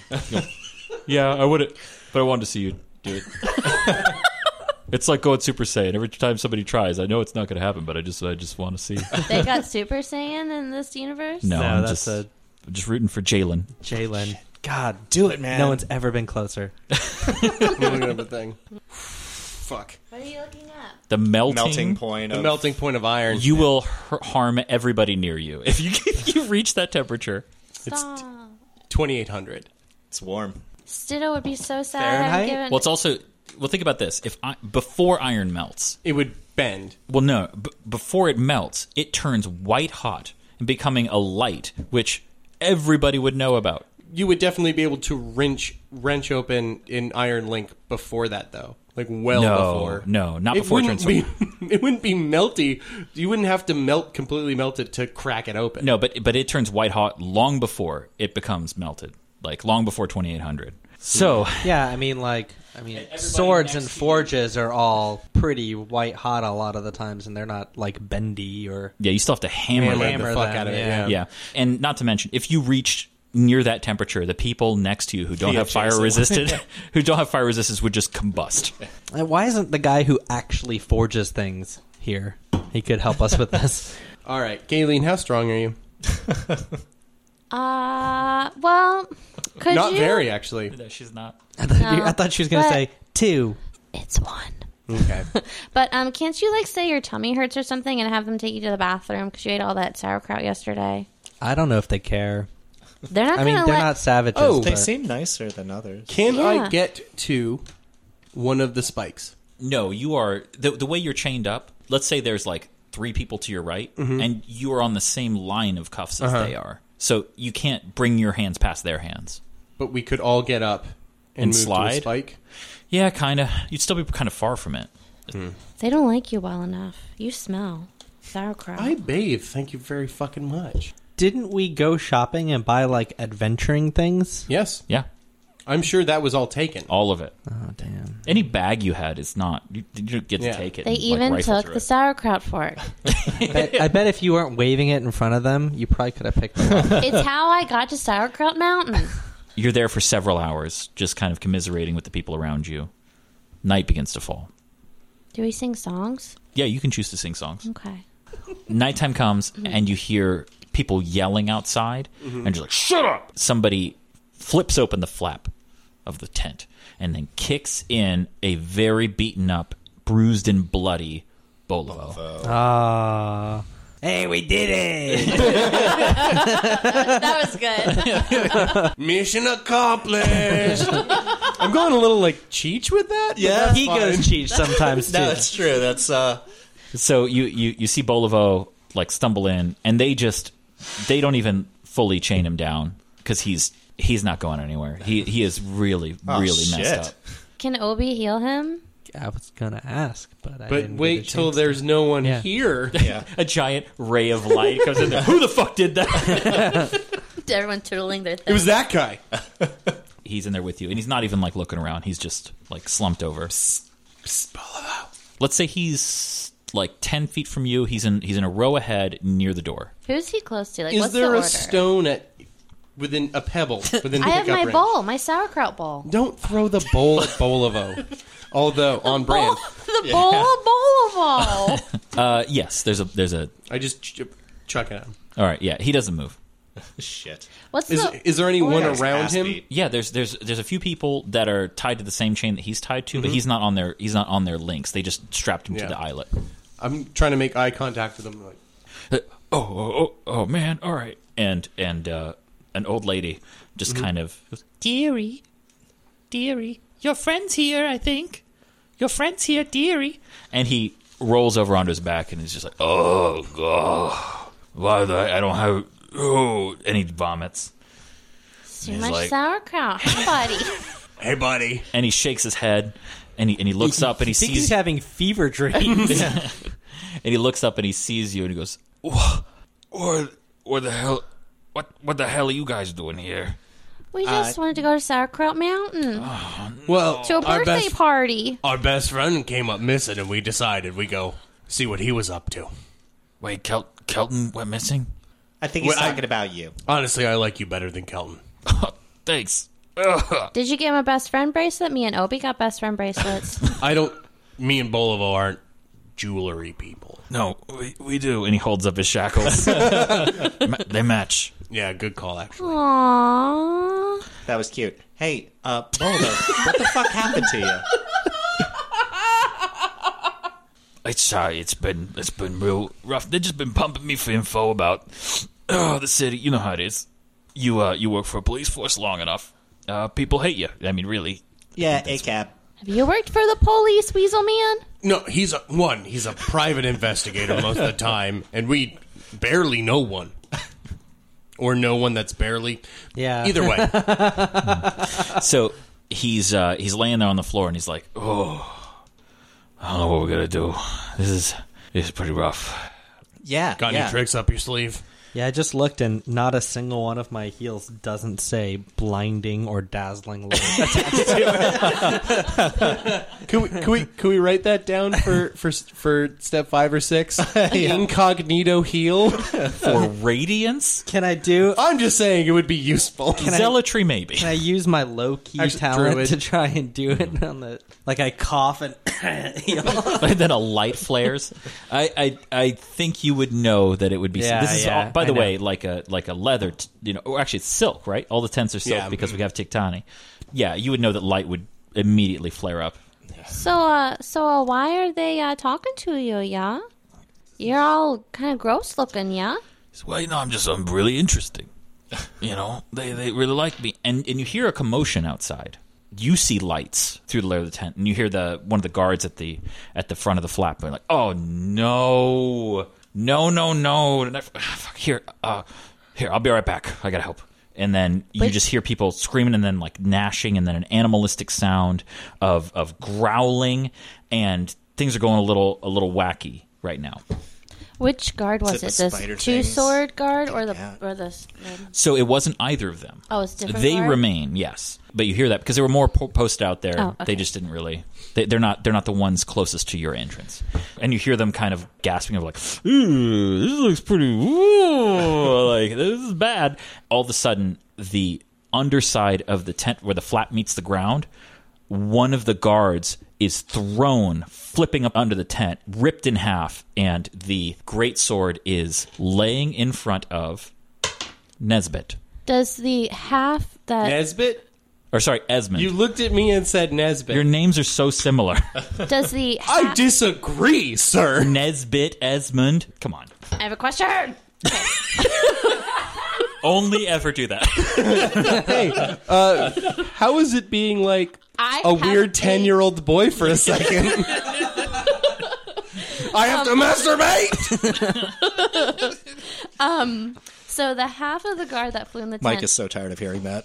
S3: [LAUGHS]
S1: yeah, I would, but I wanted to see you do it. [LAUGHS] it's like going Super Saiyan. Every time somebody tries, I know it's not going to happen, but I just I just want [LAUGHS] to see.
S8: They got Super Saiyan in this universe?
S1: No, I'm
S3: that's
S1: just I'm just rooting for Jalen.
S3: Jalen. God,
S6: do it, man.
S3: No one's ever been closer.
S7: Looking up a thing. [SIGHS] Fuck.
S8: What are you looking at?
S1: The melting,
S6: Melting point
S7: The
S6: of-
S7: melting point of iron.
S1: You will har- harm everybody near you if you if you reach that temperature.
S8: Stop.
S7: 2800.
S6: It's warm.
S8: Stiddo would be so sad. I would give it-
S1: Well, it's also well. Think about this: if I, before iron melts,
S7: it would bend.
S1: Well, no, b- before it melts, it turns white hot and becoming a light, which everybody would know about.
S7: You would definitely be able to wrench wrench open in Iron Link before that though. Like well
S1: No,
S7: before.
S1: no, not before it
S7: wouldn't
S1: turns
S7: be- [LAUGHS] it wouldn't be melty. You wouldn't have to melt completely melt it to crack it open.
S1: No, but but it turns white hot long before it becomes melted, like long before twenty eight hundred. So
S3: yeah, I mean, like, I mean, swords and forges are all pretty white hot a lot of the times, and they're not like bendy or
S1: yeah, you still have to hammer,
S3: Hammer
S1: them.
S3: the fuck out of it, yeah.
S1: yeah, and not to mention if you reach near that temperature, the people next to you who don't
S3: Yeah,
S1: have fire
S3: Jason.
S1: resistant,
S3: [LAUGHS]
S1: who don't have fire resistance, would just combust.
S3: Uh, Why isn't the guy who actually forges things here? He could help us with [LAUGHS] this.
S7: All right, Galen, how strong are you?
S8: Uh, well, could
S7: not
S8: you?
S7: very actually.
S1: she's not.
S3: I thought, you,
S8: No,
S3: I thought she was going to
S8: but-
S3: say two.
S8: It's one.
S7: Okay.
S8: But um, can't you like say your tummy hurts or something and have them take you to the bathroom because you ate all that sauerkraut yesterday?
S3: I don't know if they care.
S8: They're not
S3: I mean,
S8: gonna
S3: they're
S8: let-
S3: not savages.
S7: Oh,
S6: They
S3: but-
S6: seem nicer than others.
S7: Can
S8: Yeah.
S7: I get to one of the spikes?
S1: No, you are the the way you're chained up. Let's say there's like three people to your right,
S7: Mhm.
S1: and you are on the same line of cuffs as
S7: Uh-huh.
S1: they are. So you can't bring your hands past their hands
S7: But we could all get up and,
S1: and
S7: move
S1: slide.
S7: to a spike.
S1: Yeah, kind of. You'd still be kind of far from it.
S8: They don't like you well enough. You smell sauerkraut.
S7: I bathe. Thank you very fucking much.
S3: Didn't we go shopping and buy like adventuring things?
S7: Yes.
S1: Yeah.
S7: I'm sure that was all taken.
S1: All of it.
S7: Mm-hmm.
S3: Oh damn!
S1: Any bag you had is not. You, you don't get
S7: Yeah.
S1: to take it.
S8: they
S1: and, like,
S8: even
S1: rifle
S8: took
S1: through
S8: the
S1: it.
S8: sauerkraut
S7: [LAUGHS]
S8: fork.
S3: I bet, I bet if you weren't waving it in front of them, you probably could have picked it [LAUGHS] up.
S8: it's how I got to sauerkraut mountain.
S1: You're there for several hours, just kind of commiserating with the people around you. Night begins to fall.
S8: Do we sing songs?
S1: Yeah, you can choose to sing songs.
S8: Okay.
S1: Nighttime comes, and you hear people yelling outside,
S10: Mhm.
S1: and you're like, "Shut up!" Somebody flips open the flap of the tent, and then kicks in a very beaten up, bruised and bloody Bolovo.
S3: Ah. hey, we did it!
S8: That was good.
S7: Mission accomplished.
S8: [LAUGHS]
S7: I'm going a little like Cheech with that. but
S6: Yeah,
S7: that's fine.
S3: [LAUGHS]
S6: no, it's true. That's uh,
S1: So you, you you see Bolivo like stumble in, and they just they don't even fully chain him down because he's he's not going anywhere. He he is really
S8: Oh,
S1: really
S8: shit.
S1: messed up.
S8: [LAUGHS] Can Obi heal him?
S3: I was gonna ask, but I
S7: But
S3: didn't
S7: wait
S3: get a
S7: till
S3: chance
S7: there's no one
S3: Yeah.
S7: here.
S6: Yeah.
S1: A giant ray of light comes in there. Who the fuck did that?
S8: Everyone twiddling their
S7: [LAUGHS] it was that guy.
S1: he's in there with you, and he's not even like looking around. He's just like slumped over. Let's say he's like ten feet from you. He's in he's in a row ahead near the door.
S8: Who's he close to? Like,
S7: Is
S8: what's
S7: there
S8: the
S7: a
S8: order?
S7: stone at within
S8: [LAUGHS]
S7: a pebble within
S8: I have
S7: pickup
S8: my
S7: range?
S8: bowl, my sauerkraut bowl.
S7: Don't throw the bowl
S8: [LAUGHS]
S7: at Bolovo. Although on brand.
S8: The bowl, [LAUGHS] bowl of all.
S1: Uh, yes, there's a there's a.
S7: I just ch- chuck it at him.
S1: All right, yeah, he doesn't move.
S6: [LAUGHS] Shit.
S8: What's
S7: Is-
S8: the
S7: is there any one
S8: order?
S7: around- him?
S1: Yeah, there's there's there's a few people that are tied to the same chain that he's tied to, but
S7: Mhm.
S1: he's not on their he's not on their links. They just strapped him
S7: Yeah.
S1: to the eyelet.
S7: I'm trying to make eye contact with him. Like,
S1: Uh, oh, oh, oh, oh, man, all right. And and uh, an old lady just kind of
S14: Dearie, dearie, your friend's here, I think. Your friend's here, dearie.
S1: and he rolls over onto his back and he's just like, oh god, why the I don't have oh, and he vomits.
S8: Too
S1: He's
S8: much
S1: like-
S8: sauerkraut,
S7: [LAUGHS]
S8: buddy.
S7: Hey, buddy.
S1: And he shakes his head and he and he looks up and he
S3: I think
S1: sees
S3: he's having fever dreams.
S1: and he looks up and he sees you and he goes,
S10: Wha- What, what the hell? What, what the hell are you guys doing here?
S8: we just
S7: Uh,
S8: wanted to go to Sauerkraut Mountain
S7: well,
S8: to a
S7: Oh, our
S8: birthday
S7: best,
S8: party.
S7: our best friend came up missing, and we decided we go see what he was up to.
S10: Wait, Kel- Kelton went
S1: [LAUGHS]
S10: missing?
S6: I think he's talking about you.
S7: Honestly, I like you better than Kelton.
S10: Thanks.
S8: Did you get him a best friend bracelet? Me and Obi got best friend
S7: [LAUGHS]
S8: bracelets.
S7: I don't. Me and Bolivo aren't jewelry people.
S10: No, we, we do. And he holds up his
S1: [LAUGHS]
S10: shackles. Ma- they match.
S7: Yeah, good call, actually.
S8: Aww.
S6: That was cute. Hey, uh, Boldo, what the fuck happened to you?
S10: It's uh, it's been it's been real rough. They've just been pumping me for info about [CLEARS THROAT] uh, the city. You know how it is. You uh, you work for a police force long enough, uh, people hate you. I mean, really.
S6: [LAUGHS] Yeah, ACAB.
S8: Have you worked for the police, Weasel Man?
S7: No, he's a, one. He's a private investigator most of the time, and we barely know one, or know one that's barely.
S3: Yeah.
S7: Either way,
S1: so he's uh, he's laying there on the floor and he's like,
S10: Oh, I don't know what we're gonna do. This is this is pretty rough.
S6: Yeah.
S3: [LAUGHS]
S7: Got
S3: yeah.
S7: any tricks up your sleeve?
S3: Yeah, I just looked and not a single one of my heels doesn't say blinding or dazzling light. [LAUGHS]
S7: Can we can we can we write that down for for for step five or six? [LAUGHS] Incognito heel
S10: Uh,
S7: for
S1: radiance.
S3: Can I do?
S7: I'm just saying it would be useful.
S3: Can I- Zealotry,
S1: maybe.
S3: Can I use my low key
S7: Actually,
S3: talent
S7: druid.
S3: to try and do it on the like I cough and [LAUGHS] you know?
S1: and then a light flares. I, I I think you would know that it would be.
S3: Yeah,
S1: this is
S3: yeah,
S1: all, by the
S3: I know.
S1: way like a like a leather. T- you know, or actually it's silk, right? All the tents are silk
S8: Yeah.
S1: because we have Tiktani. Yeah, you would know that light would immediately flare up.
S8: So, uh, so uh, why are they uh, talking to you? Yeah, you're all kind of gross looking. Yeah.
S10: He's, well, you know, I'm just I'm really interesting. You know, they they really like me.
S1: And and you hear a commotion outside. You see lights through the layer of the tent, and you hear the one of the guards at the at the front of the flap. going like, oh no, no, no, no! And I- [SIGHS] fuck, Here, uh, here, I'll be right back. I gotta help. And then you just hear people screaming, and then like gnashing, and then an animalistic sound of of growling, and things are going a little a little wacky right now.
S8: Which guard
S1: Is
S8: was
S1: it
S8: it?
S1: the
S8: The
S1: spider
S8: two
S1: things?
S8: sword guard or the or the? s- the-
S1: So it wasn't either of them.
S8: Oh, it's different.
S1: they
S8: guard?
S1: remain, yes. But you hear that because there were more po- posted out there.
S8: Oh, okay.
S1: They just didn't really. They, they're not. They're not the ones closest to your entrance. And you hear them kind of gasping of like, "Ooh, this looks pretty. Ooh, [LAUGHS] like this is bad." All of a sudden, the underside of the tent where the flap meets the ground, one of the guards is thrown flipping up under the tent, ripped in half, and the great sword is laying in front of Nesbit.
S8: Does the half that
S7: Nesbit?
S1: Or sorry, Esmond.
S7: You looked at me and said
S1: [LAUGHS]
S7: Nesbit.
S1: Your names are so similar. [LAUGHS]
S8: does the
S7: I disagree, sir.
S1: Nesbit Esmond. Come on.
S8: I have a question.
S1: Only ever do that.
S7: hey, uh, how is it being like
S8: I
S7: a
S8: have
S7: weird ten year old boy for a second? I have to
S8: Um,
S7: masturbate.
S8: um. So the half of the guard that flew in the tent.
S6: Mike is so tired of hearing [LAUGHS] that.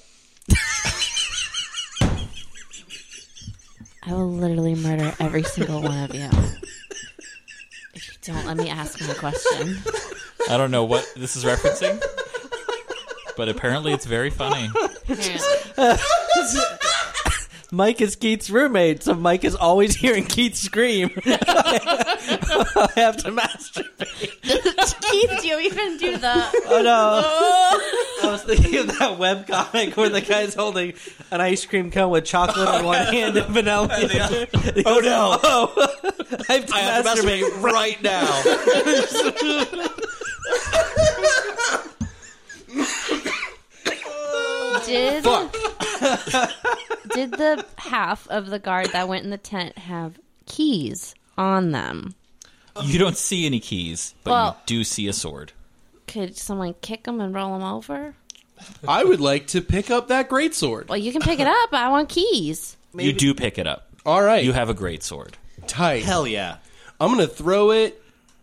S8: I will literally murder every single one of you if you don't let me ask my question.
S1: [LAUGHS]
S8: [LAUGHS]
S1: I don't know what this is referencing, but apparently it's very funny.
S3: Mike is Keith's roommate, so Mike is always hearing Keith scream. [LAUGHS] I have to
S8: Keith, do you even do the?
S3: Oh
S8: [LAUGHS]
S3: no! uh, I was thinking of that webcomic where the guy's holding an ice cream cone with chocolate in one hand and vanilla in the other. Oh no! Oh, [LAUGHS] I have to masturbate right now.
S8: Did [LAUGHS] did the half of the guard that went in the tent have keys on them?
S1: You don't see any keys, but
S8: Well-
S1: you do see a sword.
S8: Could someone kick them and roll them over?
S7: I would like to pick up that great sword.
S8: Well, you can
S7: [LAUGHS]
S8: pick it up. I want keys.
S1: You do pick it up.
S7: All right.
S1: You have a great sword.
S7: Tight.
S6: [LAUGHS] Hell yeah.
S7: I'm gonna throw it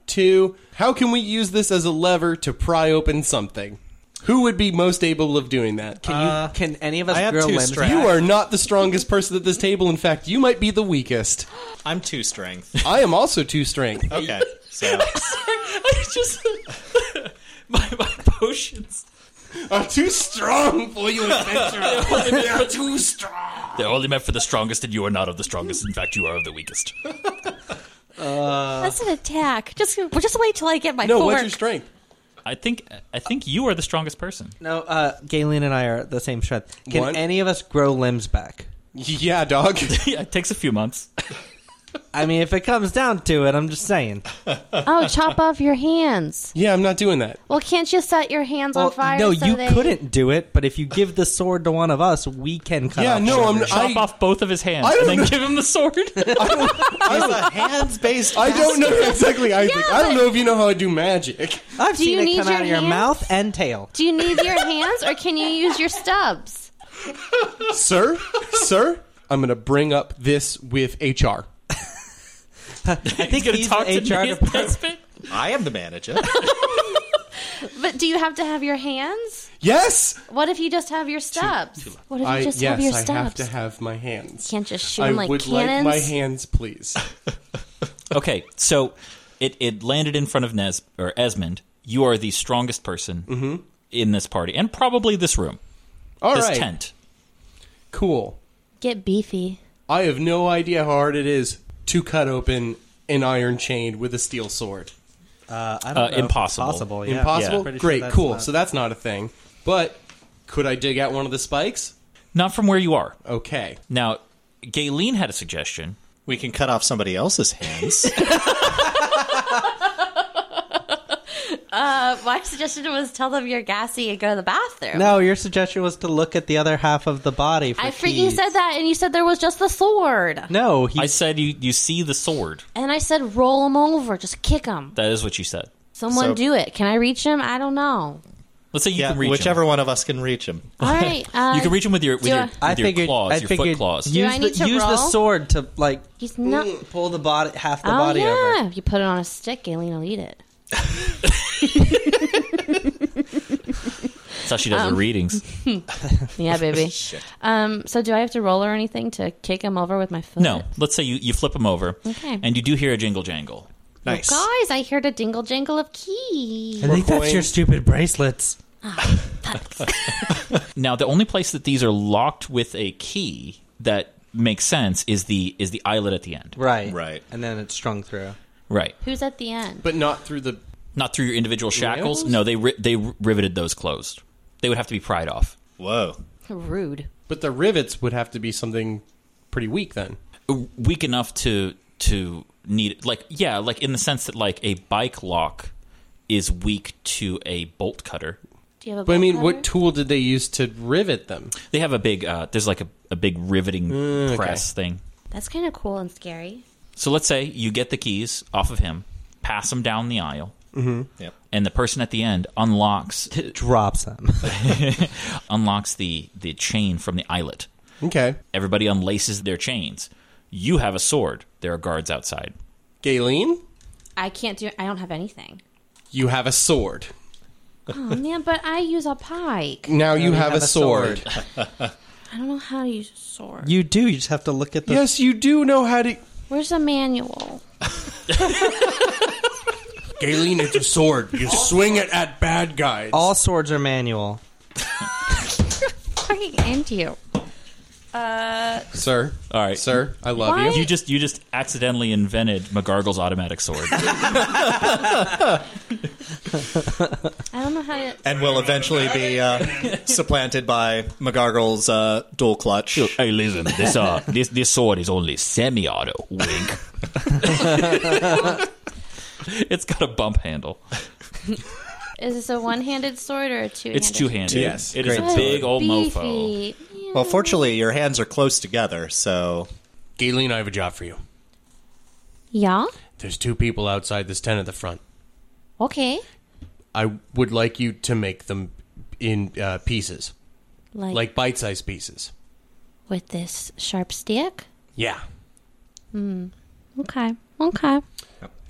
S7: to. How can we use this as a lever to pry open something? Who would be most able of doing that? Can
S3: Uh, can any of us
S6: I have
S3: grow
S6: two
S3: limbs?
S1: Uh,
S6: strength.
S7: You are not the strongest person at this table. In fact, you might be the weakest.
S6: I'm two [LAUGHS] strength.
S7: I am also two strength.
S6: Okay. So [LAUGHS]
S10: I just my, my potions.
S7: I'm too strong for you, [LAUGHS] adventurer.
S10: They are
S7: too strong.
S10: They're only meant for the strongest, and you are not of the strongest. In fact, you are of the weakest.
S7: Uh,
S8: That's an attack. Just just wait till I get my fork.
S7: strength?
S1: I think I think you are the strongest person.
S3: No, uh, Galen and I are the same strength. Can
S1: What?
S3: any of us grow limbs back?
S7: Yeah, dog. [LAUGHS]
S1: yeah, it takes a few months.
S3: I mean, if it comes down to it, I'm just saying.
S8: Oh, chop off your hands.
S7: Yeah, I'm not doing that.
S8: Well, can't you set your hands
S7: Oh,
S8: on fire?
S3: no,
S8: so
S3: you
S8: they-
S3: couldn't do it. But if you give the sword to one of us, we can cut
S7: Yeah,
S3: off
S7: no,
S3: your
S7: I'm-
S3: hand.
S7: Chop I-
S1: off both of his hands
S7: I
S1: and
S7: don't
S1: then
S7: know-
S1: give him the sword.
S6: hands based.
S7: I don't [LAUGHS] know exactly. I think. I don't know if you know how I do magic.
S3: I've
S8: Do
S3: seen
S8: you
S3: it
S8: need
S3: come
S8: your
S3: out of your
S8: hands?
S3: mouth and tail.
S8: Do you need your hands or can you use your stubs?
S7: [LAUGHS] sir, sir, I'm going to bring up this with HR.
S3: I think he's
S6: talk
S3: the
S6: to
S3: HR
S6: me at
S3: department.
S6: I am the [LAUGHS] manager.
S8: But do you have to have your hands?
S7: yes,
S8: What if you just have your stubs? What if you
S7: I
S8: just
S7: yes,
S8: have your
S7: I
S8: stubs?
S7: have to have my hands.
S8: Can't just shoot
S7: I
S8: 'em like
S7: would
S8: cannons?
S7: like my hands, [LAUGHS] please.
S1: okay, so it, it landed in front of Nes or Esmond. You are the strongest person in this party and probably this room.
S7: All
S1: this
S7: right.
S1: tent.
S7: Cool.
S8: Get beefy.
S7: I have no idea how hard it is to cut open an iron chain with a steel sword.
S3: Uh, I
S1: don't Uh, know if impossible. it's
S7: Impossible.
S1: possible, yeah. Yeah. Pretty sure
S7: Great.
S1: that's
S7: cool.
S1: not-
S7: So that's not a thing. But could I dig out one of the spikes?
S1: Not from where you are.
S7: Okay.
S1: Now, Galen had a suggestion.
S6: We can cut off somebody else's [LAUGHS] hands.
S8: Uh, my suggestion was tell them you're gassy and go to the bathroom.
S3: No, your suggestion was to look at the other half of the body. For
S8: I
S3: keys.
S8: freaking said that, and you said there was just the sword.
S3: No,
S1: I said you, you see the sword.
S8: And I said roll him over, just kick him.
S1: That is what you said.
S8: Someone
S6: So-
S8: do it. Can I reach him? I don't know.
S1: Let's say you
S6: Yeah,
S1: can reach
S6: whichever
S1: him.
S6: one of us can reach him.
S8: All right. Uh,
S1: you can reach him with your with
S8: do
S1: your,
S8: I-
S1: with your claws, your foot claws.
S8: Do I
S3: Use, the,
S8: need to
S3: use the
S8: roll?
S3: sword to like
S8: He's not.
S3: pull Mm, the body half the
S8: oh
S3: body
S8: yeah,
S3: over.
S8: if you put it on a stick, Aileen will eat it.
S1: That's how she does her
S8: Um,
S1: readings. [LAUGHS]
S8: yeah, baby.
S1: Shit.
S8: Um. So do I have to roll or anything to kick him over with my foot? [LAUGHS]
S1: No, let's say you, you flip him over,
S8: Okay.
S1: and you do hear a jingle jangle.
S8: Nice. Oh, guys, I heard a dingle jangle of keys. [LAUGHS]
S3: stupid bracelets.
S1: now, the only place that these are locked with a key that makes sense is the is the eyelet at the end.
S3: Right. Right. And then it's strung through.
S1: Right.
S8: Who's at the end?
S7: But not through the
S1: Not through your individual shackles.
S7: Rails?
S1: No, they ri- they riveted those closed. They would have to be pried off.
S6: Whoa.
S8: Rude.
S7: But the rivets would have to be something pretty weak then.
S1: Weak enough to to need like yeah, like in the sense that like a bike lock is weak to a bolt cutter.
S8: Do you have a?
S7: But I
S8: bolt
S7: mean,
S8: cutter?
S7: what tool did they use to rivet them?
S1: They have a big uh there's like a, a big riveting
S7: Mm, okay.
S1: press thing.
S8: That's kind of cool and scary.
S1: So let's say you get the keys off of him, pass them down the aisle,
S7: Mm-hmm.
S3: Mhm.
S6: Yep.
S1: and the person at the end unlocks
S3: drops them,
S1: unlocks the the chain from the eyelet.
S7: Okay.
S1: Everybody unlaces their chains. You have a sword. There are guards outside.
S7: Galen,
S8: I can't do. I don't have anything.
S7: you have a sword.
S8: Oh man, but I use a pike.
S7: Now you
S3: we
S7: have,
S3: have
S7: a
S3: a
S7: sword.
S8: I don't know how to use a sword.
S3: [LAUGHS] You do. You just have to look at the.
S7: [LAUGHS] yes, you do know how to.
S8: Where's the manual?
S7: Galen, it's a sword. You swing it at bad guys.
S3: All swords are manual.
S8: Fucking end you. Uh,
S7: Sir.
S1: All right,
S7: sir, I love
S8: Why-
S1: you. You just you just accidentally invented McGargle's automatic sword.
S8: I don't know how to.
S6: And will eventually be uh,
S1: [LAUGHS]
S6: supplanted by McGargle's uh, dual clutch.
S1: [LAUGHS] hey, listen, this uh this this sword is only semi-auto. Wink. [LAUGHS] it's got a bump handle.
S8: Is this a one-handed sword or a two?
S1: It's two-handed. Yes. It is
S6: Great
S1: a big old
S6: sword.
S1: mofo.
S8: Beefy.
S6: Well, fortunately, your hands are close together, so.
S7: Galen, I have a job for you.
S8: Yeah.
S7: There's two people outside this tent at the front.
S8: Okay.
S7: I would like you to make them in uh, pieces,
S8: Like,
S7: like bite-sized pieces.
S8: with this sharp stick.
S7: Yeah.
S8: Hmm. Okay. Okay.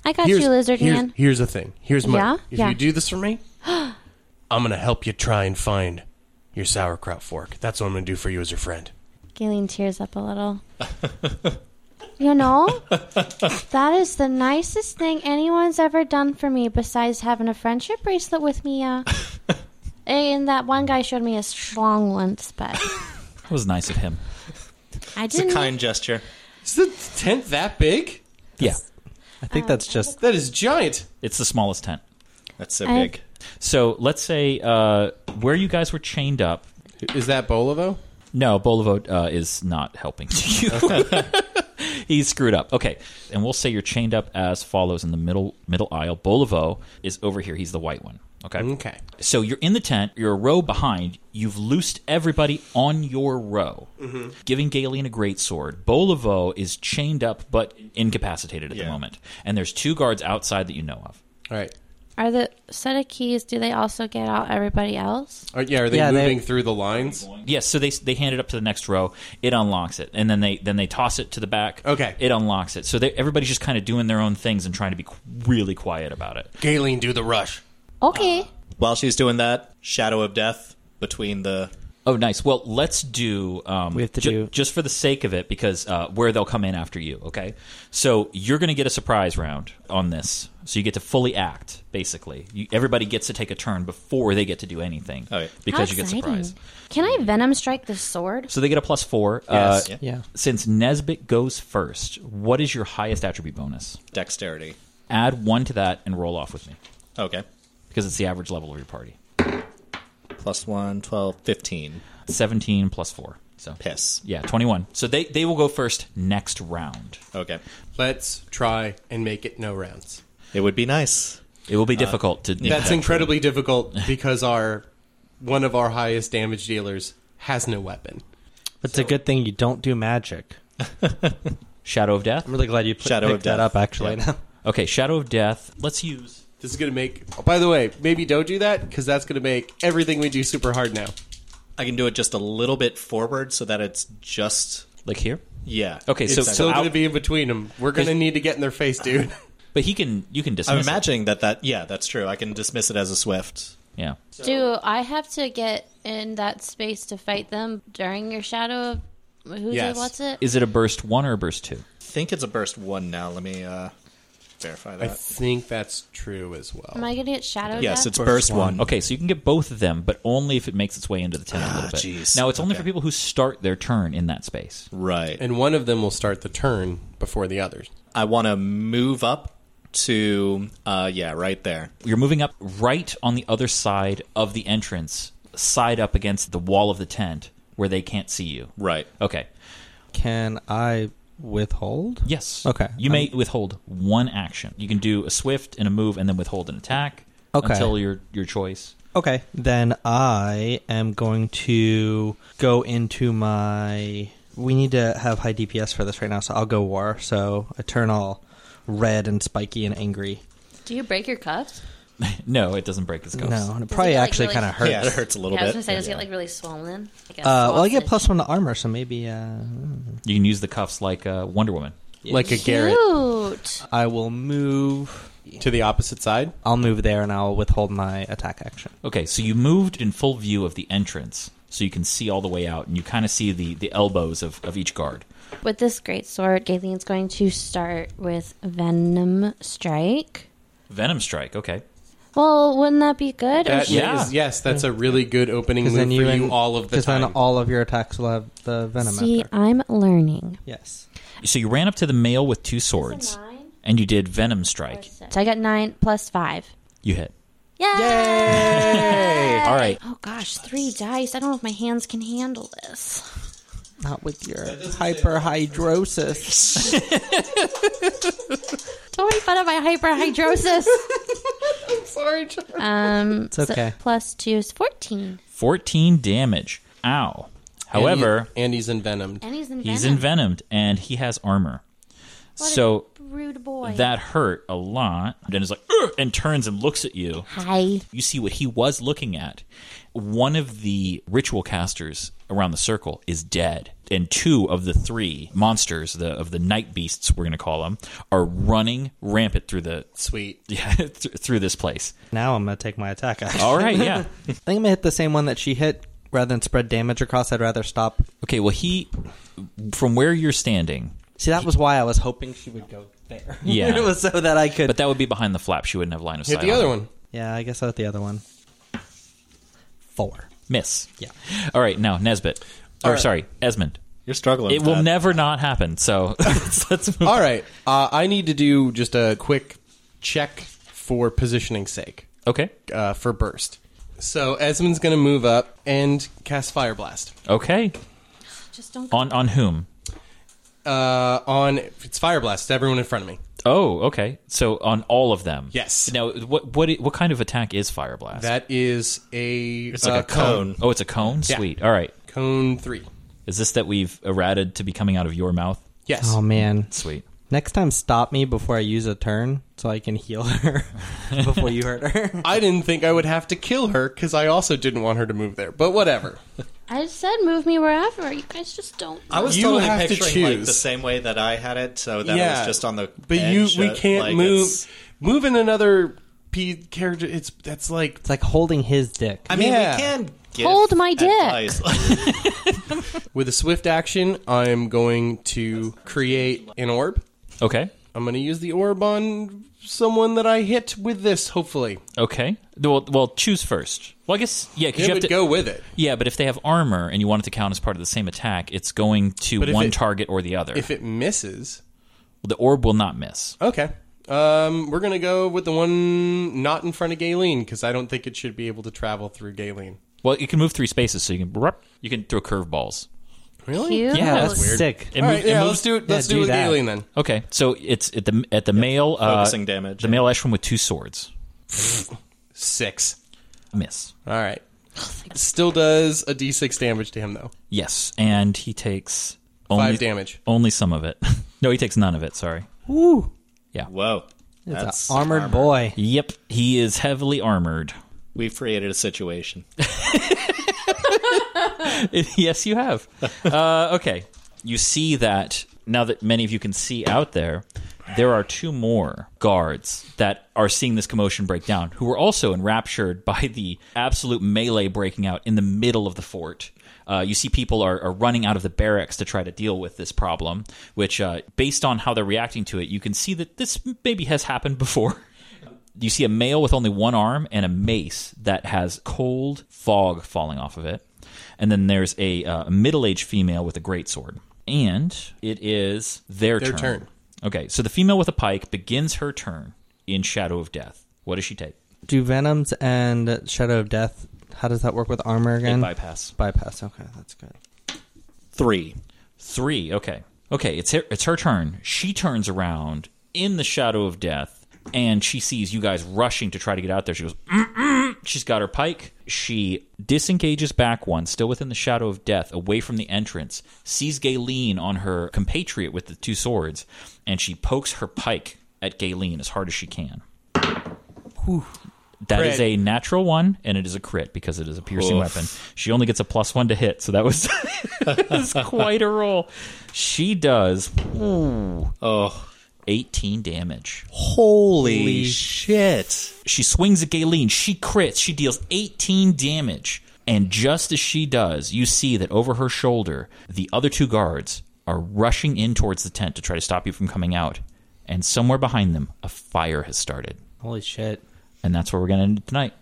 S8: I got you, lizard
S7: here's,
S8: man.
S7: Here's the thing. Here's my.
S8: Yeah?
S7: If
S8: Yeah.
S7: you do this
S8: [GASPS]
S7: for me, I'm gonna help you try and find your sauerkraut fork. That's what I'm gonna do for you as your friend.
S8: Galen tears up a little. you know, that is the nicest thing anyone's ever done for me besides having a friendship bracelet with me.
S1: [LAUGHS]
S8: Uh, and that one guy showed me a strong once, but
S1: That was nice of him.
S8: I
S6: It's
S1: Mm.
S6: a
S8: didn't.
S6: kind gesture.
S7: Is the tent that big?
S1: Yeah.
S3: I
S8: Oh.
S3: think that's just
S7: that is giant.
S1: It's the smallest tent.
S6: That's
S1: so
S6: I- big.
S1: So let's say uh, where you guys were chained up.
S7: Is that Bolivo?
S1: No, Bolivo uh, is not helping
S7: [LAUGHS]
S1: you. [LAUGHS] He's screwed up. Okay, and we'll say you're chained up as follows in the middle middle aisle. Bolivo is over here. He's the white one. Okay.
S7: Okay.
S1: So you're in the tent. You're a row behind. You've loosed everybody on your row,
S7: Mm-hmm.
S10: Mhm.
S1: giving Galen a great sword. Bolivo is chained up but incapacitated at the moment, and there's two guards outside that you know of.
S7: All right.
S8: Are the set of keys? Do they also get out everybody else?
S7: Are, yeah, are they
S1: Yeah, they-
S7: moving through the lines?
S1: Yes, so they they hand it up to the next row. It unlocks it, and then they then they toss it to the back. Okay, it unlocks it. So they, everybody's just kind of doing their own things and trying to be qu- really quiet about it.
S7: Galen, do the rush.
S1: Uh,
S8: Okay.
S6: While she's doing that, Shadow of Death between the.
S1: Oh, nice. Well, let's do. Um, we have to do just for the sake of it because uh, where they'll come in after you. Okay, so you're going to get a surprise round on this, so you get to fully act. Basically, you, everybody gets to take a turn before they get to do anything because you
S8: How
S1: get
S8: exciting.
S1: surprise.
S8: Can I venom strike this sword?
S1: So they get a plus four. Uh,
S6: Yes. Yeah.
S3: Yeah.
S1: Since Nesbit goes first, what is your highest attribute bonus?
S6: Dexterity.
S1: Add one to that and roll off with me.
S6: Okay.
S1: Because it's the average level of your party.
S6: Plus 1, 12, 15.
S1: 17 plus 4. So
S6: Piss.
S1: Yeah, 21. So they, they will go first next round.
S6: Okay.
S7: Let's try and make it no rounds.
S6: It would be nice.
S1: It will be
S7: Uh,
S1: difficult to.
S7: That's incredibly difficult because our one of our highest damage dealers has no weapon.
S3: It's a good thing you don't do magic.
S1: Shadow of Death.
S3: I'm really glad you pl-
S7: Shadow of
S3: picked that up.
S7: Death.
S3: Actually, [LAUGHS]
S7: Yeah.
S1: Okay, Shadow of Death. Let's use.
S7: This is gonna make. Oh, by the way, maybe don't do that because that's gonna make everything we do super hard now.
S6: I can do it just a little bit forward so that it's just.
S1: Like here?
S6: Yeah.
S1: Okay, so-
S7: Still
S1: out-
S7: gonna be in between them. We're gonna
S6: There's-
S7: need to get in their face, dude.
S1: But he can. You can
S6: I'm
S1: dismiss it.
S6: imagining that that. Yeah, that's true. I can dismiss it as a swift.
S1: Yeah.
S8: Do I have to get in that space to fight them during your shadow of who's
S6: Yes.
S8: it? What's it?
S1: Is it a burst 1 or a burst 2?
S6: I think it's a burst 1 now. Let me uh, verify
S7: [LAUGHS] I
S6: that.
S7: think that's true as well.
S8: Am I gonna get shadow? death?
S1: Okay, so you can get both of them, but only if it makes its way into the tent a little bit.
S7: jeez.
S1: Now, it's only for people who start their turn in that space.
S6: Right.
S7: And one of them will start the turn before the others.
S6: I want to move up to. Uh, yeah, right there.
S1: You're moving up right on the other side of the entrance, side up against the wall of the tent where they can't see you.
S6: Right.
S1: Okay.
S3: Can I withhold?
S1: Yes.
S3: Okay. Um,
S1: You may withhold one action. You can do a swift and a move and then withhold an attack
S3: Okay.
S1: until your your choice. [LAUGHS]
S3: Okay, then I am going to go into my. We need to have high DPS for this right now, so I'll go war. So I turn all red and spiky and angry.
S9: Do you break your cuffs?
S1: No, it doesn't break his ghost.
S3: No, and it Does it, probably like, actually really- kinda hurts. Yeah, it hurts a little
S9: yeah, I was
S3: bit.
S9: gonna say, does
S3: Yeah.
S9: it get like really swollen? Like a
S3: Uh, well, I
S9: sausage?
S3: get plus one to armor, so maybe. Uh,
S1: You can use the cuffs like uh, Wonder Woman.
S3: Like a Garrett.
S8: Cute.
S3: I will move
S7: to the opposite side.
S3: I'll move there, and I'll withhold my attack action.
S1: Okay, so you moved in full view of the entrance, so you can see all the way out, and you kind of see the, the elbows of, of each guard.
S8: With this great sword, Galen's going to start with venom strike.
S1: Venom Strike, okay.
S8: Well, wouldn't that be good? Or
S7: That
S8: should-
S7: is- yes, that's a really good opening move
S3: Because then
S7: for
S3: you,
S7: you
S3: and-
S7: all of the
S3: 'cause
S7: time.
S3: then all of your attacks will have the venom.
S8: See, I'm learning.
S3: Yes.
S1: So you ran up to the male with two swords, and you did Venom Strike.
S8: So I got nine plus five.
S1: You hit.
S8: Yay!
S1: All right.
S8: Oh gosh, three dice. I don't know if my hands can handle this.
S3: Not with your hyperhidrosis.
S8: Don't make fun of my
S3: [LAUGHS]
S8: hyperhidrosis.
S7: I'm [LAUGHS] sorry, John.
S8: Um,
S1: It's okay.
S8: So plus two is 14.
S1: 14 damage. Ow. However,
S7: and he's envenomed.
S8: And he's
S1: He's envenomed,
S8: envenomed.
S1: and he has armor. so
S8: Rude boy.
S1: that hurt a lot. And is like, "Ugh," and turns and looks at you.
S8: Hi.
S1: You see what he was looking at. One of the ritual casters around the circle is dead, and two of the three monsters, the of the night beasts, we're going to call them, are running rampant through the [LAUGHS]
S7: sweet,
S1: yeah, th- through this place.
S3: Now I'm gonna take my attack action.
S1: All right, yeah.
S3: I think I'm gonna hit the same one that she hit rather than spread damage across. I'd rather stop.
S1: Okay, well he, from where you're standing,
S3: See, that was why I was hoping she would go there. [LAUGHS]
S1: yeah,
S3: it was so that I could.
S1: But that would be behind the flap. She wouldn't have line of sight. on it.
S3: Yeah, I guess I hit the other one. Four.
S1: Miss.
S3: Yeah.
S1: All right, now Nesbit. Or
S7: All right.
S1: sorry, Esmond.
S6: You're struggling.
S1: It
S6: with
S1: will
S6: that.
S1: never not happen. So [LAUGHS] let's, let's move
S7: All right. Uh, I need to do just a quick check for positioning sake.
S1: Okay.
S7: Uh, for burst. So Esmond's going to move up and cast Fire Blast.
S1: Okay.
S8: Just don't.
S1: On on whom?
S7: Uh, on it's Fire Blast. Everyone in front of me.
S1: Oh, okay. So on all of them.
S7: Yes.
S1: Now, what what what kind of attack is fire blast?
S7: That is a
S1: It's like
S7: uh,
S1: a cone. Oh, it's a cone.
S7: Yeah.
S1: Sweet. All right.
S7: Cone three.
S1: Is this that we've errated to be coming out of your mouth?
S7: Yes.
S3: Oh man,
S1: Sweet.
S3: Next time, stop me before I use a turn so I can heal her [LAUGHS] before you
S1: [LAUGHS]
S3: hurt her.
S7: I didn't think I would have to kill her because I also didn't want her to move there. But whatever.
S8: I said move me wherever. You guys just don't.
S7: I was
S6: you
S7: totally
S6: have to
S7: picturing,
S6: choose.
S7: like,
S6: the
S7: the
S6: same way that I had it, so that was just on the.
S7: But you, we can't move. Moving another P character, it's that's like it's
S3: like holding his dick.
S6: I mean,
S7: Yeah.
S6: we can give
S8: Hold my dick.
S7: With a swift action, I'm going to create an orb.
S1: Okay.
S7: I'm going to use the orb on someone that I hit with this, hopefully.
S1: Okay. Well, well, choose first. Well, I guess yeah. Because
S7: It
S1: you have to
S7: would go with it.
S1: Yeah, but if they have armor and you want it to count as part of the same attack, it's going to
S7: But if
S1: one
S7: it-
S1: target or the other.
S7: If it misses.
S1: the orb will not miss.
S7: Okay. Um, we're going to go with the one not in front of Galen because I don't think it should be able to travel through Galen.
S1: Well, you can move three spaces, so you can you can throw curveballs.
S7: Really?
S8: Cute. Yeah,
S3: that's sick.
S1: It
S7: All
S1: move-
S7: right,
S1: it
S7: yeah,
S1: moves-
S7: let's do it. Let's do, it with Galen then.
S1: Okay, so it's at the at the male uh,
S6: Focusing damage,
S1: The male Eshram with two swords.
S7: Six.
S1: Miss.
S7: All right. Still does a d6 damage to him though.
S1: Yes, and he takes
S7: Five
S1: only,
S7: damage.
S1: Only some of it. [LAUGHS] no, he takes none of it. Sorry.
S3: Woo.
S1: Yeah.
S6: [LAUGHS] Whoa.
S3: It's a armored boy.
S1: Yep, he is heavily armored.
S6: We've created a situation.
S1: [LAUGHS] yes, you have. Uh, okay. You see that now that many of you can see out there, there are two more guards that are seeing this commotion break down, who are also enraptured [LAUGHS] by the absolute melee breaking out in the middle of the fort. Uh, you see, people are, are running out of the barracks to try to deal with this problem, which, uh, based on how they're reacting to it, you can see that this maybe has happened before. you see a male with only one arm and a mace that has cold fog falling off of it. And then there's a uh, middle aged female with a greatsword. And it is their,
S7: Their
S1: turn.
S7: turn.
S1: Okay, so the female with a pike begins her turn in Shadow of Death. What does she take?
S3: Do Venoms and Shadow of Death, how does that work with armor again?
S1: bypass.
S3: Bypass, okay, that's good.
S6: Three.
S1: Three, okay. Okay, it's her, it's her turn. She turns around in the Shadow of Death and she sees you guys rushing to try to get out there. She goes, She's got her pike. She disengages back one, still within the shadow of death, away from the entrance, sees Galen on her compatriot with the two swords, and she pokes her pike at Galen as hard as she can. That is
S10: Crit.
S1: a natural one, and it is a crit because it is a piercing
S10: Oof.
S1: weapon. She only gets a plus one to hit, so that was, [LAUGHS] that was quite a roll. She does ooh,
S6: oh,
S1: 18 damage.
S6: Holy, shit.
S1: She swings at Galen. She crits. She deals 18 damage. And just as she does, you see that over her shoulder, the other two guards are rushing in towards the tent to try to stop you from coming out. And somewhere behind them, a fire has started.
S3: Holy shit.
S1: And that's where we're going to end it tonight.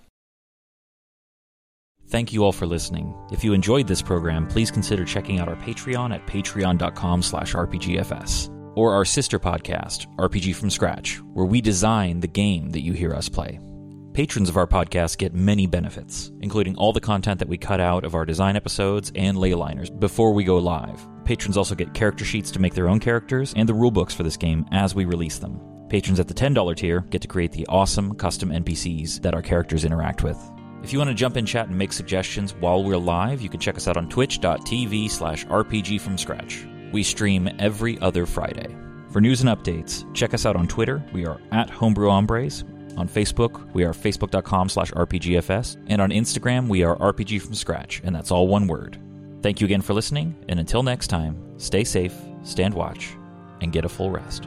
S1: Thank you all for listening. If you enjoyed this program, please consider checking out our Patreon at patreon.com slash RPGFS or our sister podcast, RPG From Scratch, where we design the game that you hear us play. Patrons of our podcast get many benefits, including all the content that we cut out of our design episodes and leyliners before we go live. Patrons also get character sheets to make their own characters and the rulebooks for this game as we release them. Patrons at the $10 tier get to create the awesome custom NPCs that our characters interact with. If you want to jump in chat and make suggestions while we're live, you can check us out on twitch.tv slash RPG from scratch. We stream every other Friday. For news and updates, check us out on Twitter. We are at Homebrew Hombres. On Facebook, we are facebook.com slash RPGFS. And on Instagram, we are RPG from scratch, and that's all one word. Thank you again for listening, and until next time, stay safe, stand watch, and get a full rest.